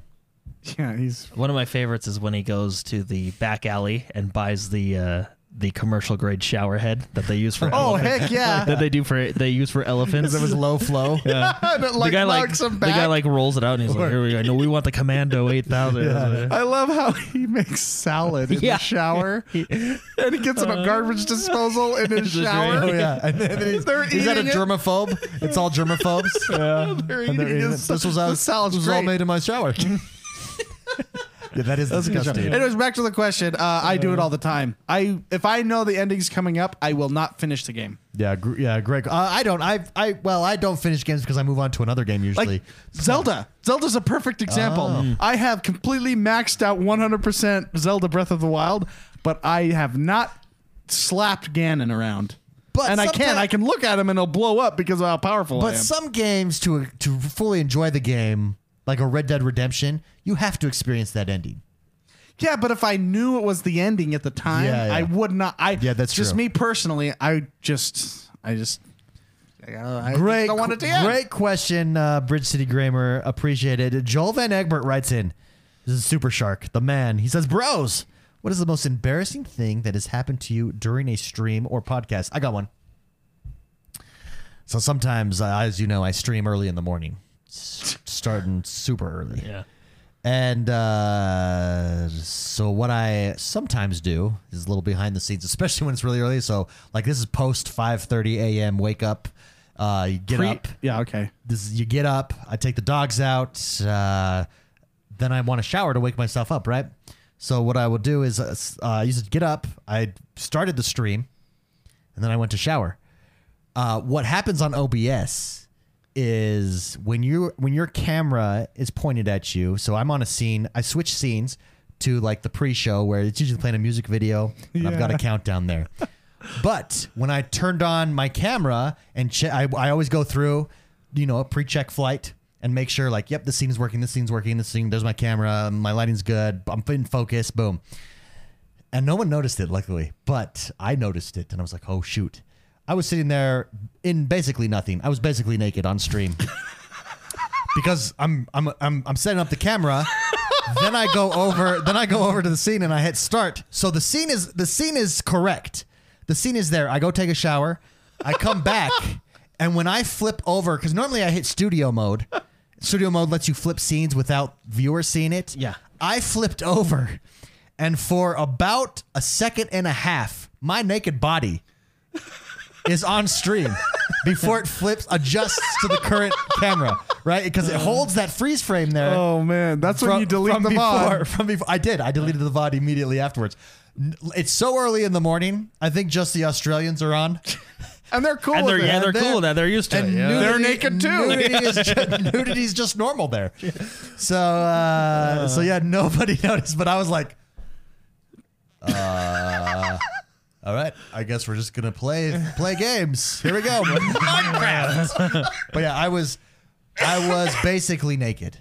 [SPEAKER 3] Yeah, he's
[SPEAKER 2] One of my favorites is when he goes to the back alley and buys the uh, the commercial grade shower head that they use for
[SPEAKER 3] oh
[SPEAKER 2] elephants.
[SPEAKER 3] heck yeah.
[SPEAKER 2] that they do for they use for elephants.
[SPEAKER 1] It was low flow.
[SPEAKER 3] And it, like,
[SPEAKER 2] the guy like
[SPEAKER 3] knocks him
[SPEAKER 2] the guy
[SPEAKER 3] back.
[SPEAKER 2] like rolls it out and he's like, "Here we go. No, we want the Commando 8000."
[SPEAKER 3] I love how he makes salad in
[SPEAKER 2] Yeah.
[SPEAKER 3] the shower, and he gets in a garbage disposal in his
[SPEAKER 2] It's just
[SPEAKER 3] shower.
[SPEAKER 1] Oh yeah, and then he's,
[SPEAKER 3] They're
[SPEAKER 1] is that a
[SPEAKER 3] eating it.
[SPEAKER 1] germaphobe? It's all germaphobes.
[SPEAKER 3] They're
[SPEAKER 1] And
[SPEAKER 3] eating
[SPEAKER 1] they're eating
[SPEAKER 3] his-
[SPEAKER 1] it. This was,
[SPEAKER 3] the
[SPEAKER 1] out,
[SPEAKER 3] salad's
[SPEAKER 1] this was all
[SPEAKER 3] great.
[SPEAKER 1] made in my shower. yeah, that is disgusting.
[SPEAKER 3] Anyways, back to the question. Uh, I do it all the time. I if I know the ending's coming up, I will not finish the game.
[SPEAKER 1] Yeah, gr- yeah, Greg. Uh, I don't. I, I, well, I don't finish games because I move on to another game
[SPEAKER 3] Like
[SPEAKER 1] usually.
[SPEAKER 3] Zelda. Zelda's a perfect example.
[SPEAKER 1] Oh.
[SPEAKER 3] I have completely maxed out 100% Zelda Breath of the Wild, but I have not slapped Ganon around.
[SPEAKER 1] But
[SPEAKER 3] and I can.
[SPEAKER 1] sometimes-
[SPEAKER 3] I can look at him and he'll blow up because of how powerful I
[SPEAKER 1] But
[SPEAKER 3] am.
[SPEAKER 1] some games to to fully enjoy the game, like a Red Dead Redemption, you have to experience that ending.
[SPEAKER 3] yeah, but if I knew it was the ending at the time,
[SPEAKER 1] Yeah, yeah.
[SPEAKER 3] I would not. I
[SPEAKER 1] Yeah, that's
[SPEAKER 3] just
[SPEAKER 1] true.
[SPEAKER 3] me personally. I just, I just, I
[SPEAKER 1] Great,
[SPEAKER 3] don't want it to end.
[SPEAKER 1] great question, uh, Bridge City Grammar. Appreciate it. Joel Van Egbert writes in. This is Super Shark, the man. He says, "Bros, what is the most embarrassing thing that has happened to you during a stream or podcast?" I got one. So sometimes, uh, as you know, I stream early in the morning, s- starting super early.
[SPEAKER 2] Yeah.
[SPEAKER 1] And uh, so what I sometimes do is a little behind the scenes, especially when it's really early. So like this is post 5:30 a.m. wake up. Uh, you get
[SPEAKER 3] Pre-
[SPEAKER 1] up.
[SPEAKER 3] Yeah. Okay.
[SPEAKER 1] This is, you get up. I take the dogs out. Uh, then I want a shower to wake myself up. Right. So what I will do is uh, s- uh, I used to get up. I started the stream, and then I went to shower. Uh, what happens on OBS is when you when your camera is pointed at you. So I'm on a scene. I switch scenes to like the pre-show where it's usually playing a music video, and I've got a countdown there. But when I turned on my camera and che- I, I always go through, you know, a pre-check flight and make sure like, yep, this scene is working, this scene's working, this scene, there's my camera, my lighting's good, I'm in focus, boom. And no one noticed it, luckily, but I noticed it and I was like, oh, shoot. I was sitting there in basically nothing. I was basically naked on stream because I'm, I'm, I'm, I'm setting up the camera. then I go over, then I go over to the scene and I hit start. So the scene is, the scene is correct. The scene is there. I go take a shower. I come back. And when I flip over, because normally I hit studio mode, studio mode lets you flip scenes without viewers seeing it.
[SPEAKER 2] Yeah.
[SPEAKER 1] I flipped over, and for about a second and a half, my naked body is on stream before it flips, adjusts to the current camera, right? Because it holds that freeze frame there.
[SPEAKER 3] Oh man, that's when you delete the
[SPEAKER 1] before,
[SPEAKER 3] mod.
[SPEAKER 1] From before, I did. I deleted the VOD immediately afterwards. N- It's so early in the morning. I think just the Australians are on.
[SPEAKER 3] Oh, and they're cool.
[SPEAKER 2] And they're,
[SPEAKER 3] with it.
[SPEAKER 2] yeah, they're cool with that. They're used to it.
[SPEAKER 1] And
[SPEAKER 2] Yeah.
[SPEAKER 1] nudity,
[SPEAKER 3] They're naked too.
[SPEAKER 1] Nudity is just, nudity's just normal there. So, uh, so yeah, nobody noticed. But I was like, uh, all right, I guess we're just gonna play play games. Here we go, Minecraft. but yeah, I was, I was basically naked.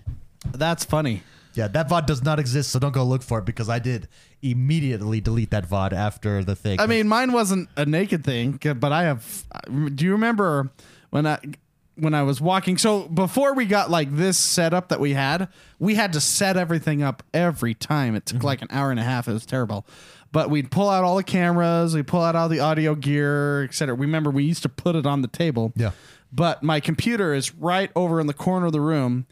[SPEAKER 3] That's funny.
[SPEAKER 1] Yeah, that VOD does not exist, so don't go look for it because I did immediately delete that VOD after the thing.
[SPEAKER 3] I mean, mine wasn't a naked thing, but I have. Do you remember when I when I was walking? So before we got like this setup that we had, we had to set everything up every time. It took
[SPEAKER 2] Mm-hmm.
[SPEAKER 3] like an hour and a half. It was terrible. But we'd pull out all the cameras, we pull out all the audio gear, et cetera. Remember, we used to put it on the table.
[SPEAKER 1] Yeah.
[SPEAKER 3] But my computer is right over in the corner of the room,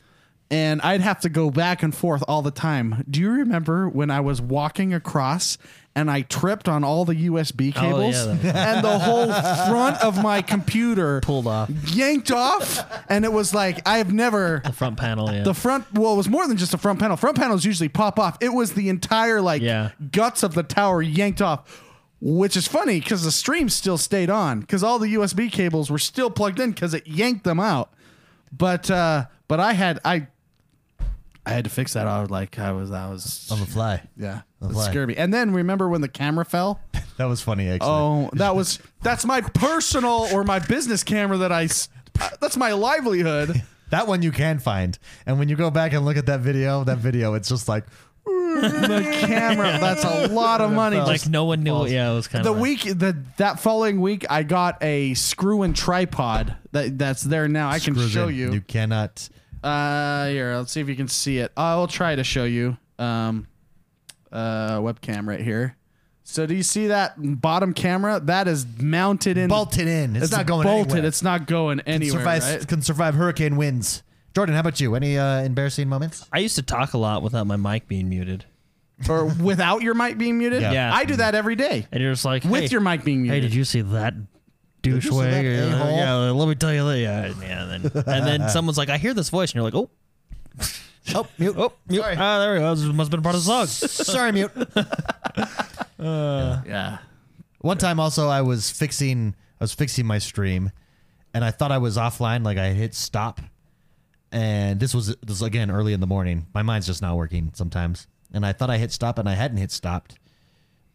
[SPEAKER 3] and I'd have to go back and forth all the time. Do you remember when I was walking across and I tripped on all the USB cables
[SPEAKER 2] Oh, yeah, that
[SPEAKER 3] and the whole front of my computer
[SPEAKER 2] Pulled off.
[SPEAKER 3] yanked off, and it was like I have never.
[SPEAKER 2] Front panel. Yeah.
[SPEAKER 3] The front, well, it was more than just the front panel. Front panels usually pop off. It was the entire like
[SPEAKER 2] Yeah.
[SPEAKER 3] guts of the tower yanked off, which is funny because the stream still stayed on because all the USB cables were still plugged in because it yanked them out. But uh, but I had I I had to fix that. I was like I was I was
[SPEAKER 2] Oh.
[SPEAKER 1] on the fly,
[SPEAKER 3] yeah.
[SPEAKER 1] Of
[SPEAKER 3] It
[SPEAKER 1] life.
[SPEAKER 3] scared me. And then remember when the camera fell?
[SPEAKER 1] that was funny. Actually,
[SPEAKER 3] Oh, that was that's my personal or my business camera that I s- uh, that's my livelihood.
[SPEAKER 1] That one you can find. And when you go back and look at that video, that video, it's just like,
[SPEAKER 3] the camera. That's a lot of money.
[SPEAKER 2] like
[SPEAKER 3] Just
[SPEAKER 2] no one knew. Yeah, it was kind
[SPEAKER 3] the
[SPEAKER 2] of
[SPEAKER 3] week the that following week, I got a screw and tripod that that's there now. I can
[SPEAKER 1] screws
[SPEAKER 3] show
[SPEAKER 1] in.
[SPEAKER 3] you.
[SPEAKER 1] You cannot.
[SPEAKER 3] Uh, here, let's see if you can see it. I'll try to show you. Um, uh, webcam right here. So do you see that bottom camera? That is mounted in.
[SPEAKER 1] Bolted in. It's, not going
[SPEAKER 3] bolted.
[SPEAKER 1] anywhere.
[SPEAKER 3] It's not going anywhere.
[SPEAKER 1] survive,
[SPEAKER 3] right?
[SPEAKER 1] Can survive hurricane winds. Jordan, how about you? Any uh, embarrassing moments?
[SPEAKER 2] I used to talk a lot without my mic being muted.
[SPEAKER 3] or without your mic being muted.
[SPEAKER 1] Yeah.
[SPEAKER 2] Yeah.
[SPEAKER 3] I do that every day
[SPEAKER 2] And you're just like,
[SPEAKER 3] with
[SPEAKER 2] hey,
[SPEAKER 3] your mic being
[SPEAKER 2] Hey,
[SPEAKER 3] muted.
[SPEAKER 2] did you see that
[SPEAKER 1] you see that
[SPEAKER 2] douchewag?
[SPEAKER 1] a-hole?
[SPEAKER 2] Yeah, yeah, let me tell you that. Yeah, yeah. And then, and then someone's like, I hear this voice, and you're like, oh,
[SPEAKER 1] Oh, mute. Oh, mute. Sorry.
[SPEAKER 2] ah, there we go. This must have been part of the song.
[SPEAKER 1] Sorry, mute.
[SPEAKER 3] yeah.
[SPEAKER 1] One time also I was fixing I was fixing my stream and I thought I was offline, like I hit stop. And this was this was again early in the morning. My mind's just not working sometimes. And I thought I hit stop and I hadn't hit stopped.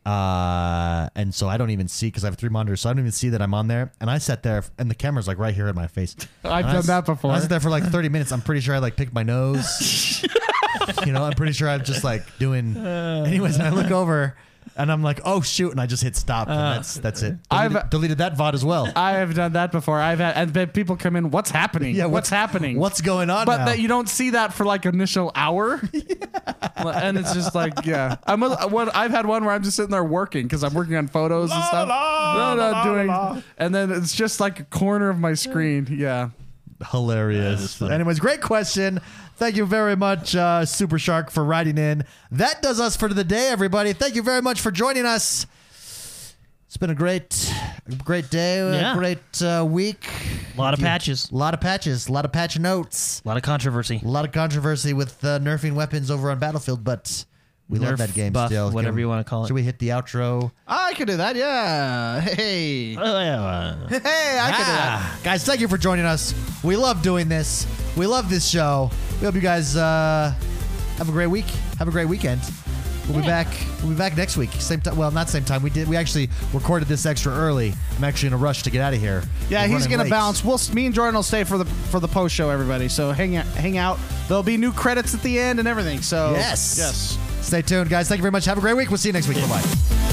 [SPEAKER 1] Uh, and so I don't even see because I have three monitors, so I don't even see that I'm on there. And I sat there, and the camera's like right here in my face.
[SPEAKER 3] I've
[SPEAKER 1] And I
[SPEAKER 3] done
[SPEAKER 1] s-
[SPEAKER 3] that before.
[SPEAKER 1] I sat there for like 30 minutes. I'm pretty sure I like picked my nose. you know, I'm pretty sure I'm just like doing.
[SPEAKER 3] Uh.
[SPEAKER 1] Anyways, and I look over and I'm like, oh shoot, and I just hit stop. and that's that's it.
[SPEAKER 3] Uh. I've-
[SPEAKER 1] Deleted, deleted that VOD as well.
[SPEAKER 3] I have done that before. I've had and then people come in. What's happening?
[SPEAKER 1] Yeah,
[SPEAKER 3] what's,
[SPEAKER 1] what's-
[SPEAKER 3] happening?
[SPEAKER 1] What's going on?
[SPEAKER 3] but
[SPEAKER 1] now?
[SPEAKER 3] that you don't see that for like initial hour, and it's just like yeah. I'm a, one, I've had one where I'm just sitting there working because I'm working on photos and stuff. no, no, doing, and then it's just like a corner of my screen. Yeah,
[SPEAKER 1] hilarious. Anyways, great question. Thank you very much, uh, Super Shark, for writing in. That does us for the day, everybody. Thank you very much for joining us. It's been a great, great day, a
[SPEAKER 2] Yeah.
[SPEAKER 1] great uh, week.
[SPEAKER 2] A lot of
[SPEAKER 1] If you-
[SPEAKER 2] patches.
[SPEAKER 1] A lot of patches. A lot of patch notes.
[SPEAKER 2] A lot of controversy.
[SPEAKER 1] A lot of controversy with uh, nerfing weapons over on Battlefield, but we love
[SPEAKER 2] Nerf,
[SPEAKER 1] that game
[SPEAKER 2] buff,
[SPEAKER 1] still.
[SPEAKER 2] whatever you wanna call it.
[SPEAKER 1] Should we hit the outro?
[SPEAKER 3] I could do that. Yeah, hey, hey,
[SPEAKER 2] Uh,
[SPEAKER 3] I could do that.
[SPEAKER 1] Guys, thank you for joining us. We love doing this. We love this show. We hope you guys uh, have a great week. Have a great weekend. We'll be back. We'll be back next week. Same time. Well, not same time. We did. We actually recorded this extra early. I'm actually in a rush to get out of here.
[SPEAKER 3] Yeah,
[SPEAKER 1] We're
[SPEAKER 3] he's
[SPEAKER 1] running
[SPEAKER 3] gonna
[SPEAKER 1] late.
[SPEAKER 3] bounce. We'll me and Jordan will stay for the for the post show, everybody. So hang out, hang out. There'll be new credits at the end and everything. So
[SPEAKER 1] Yes.
[SPEAKER 3] yes.
[SPEAKER 1] Stay tuned, guys. Thank you very much. Have a great week. We'll see you next week. Bye bye.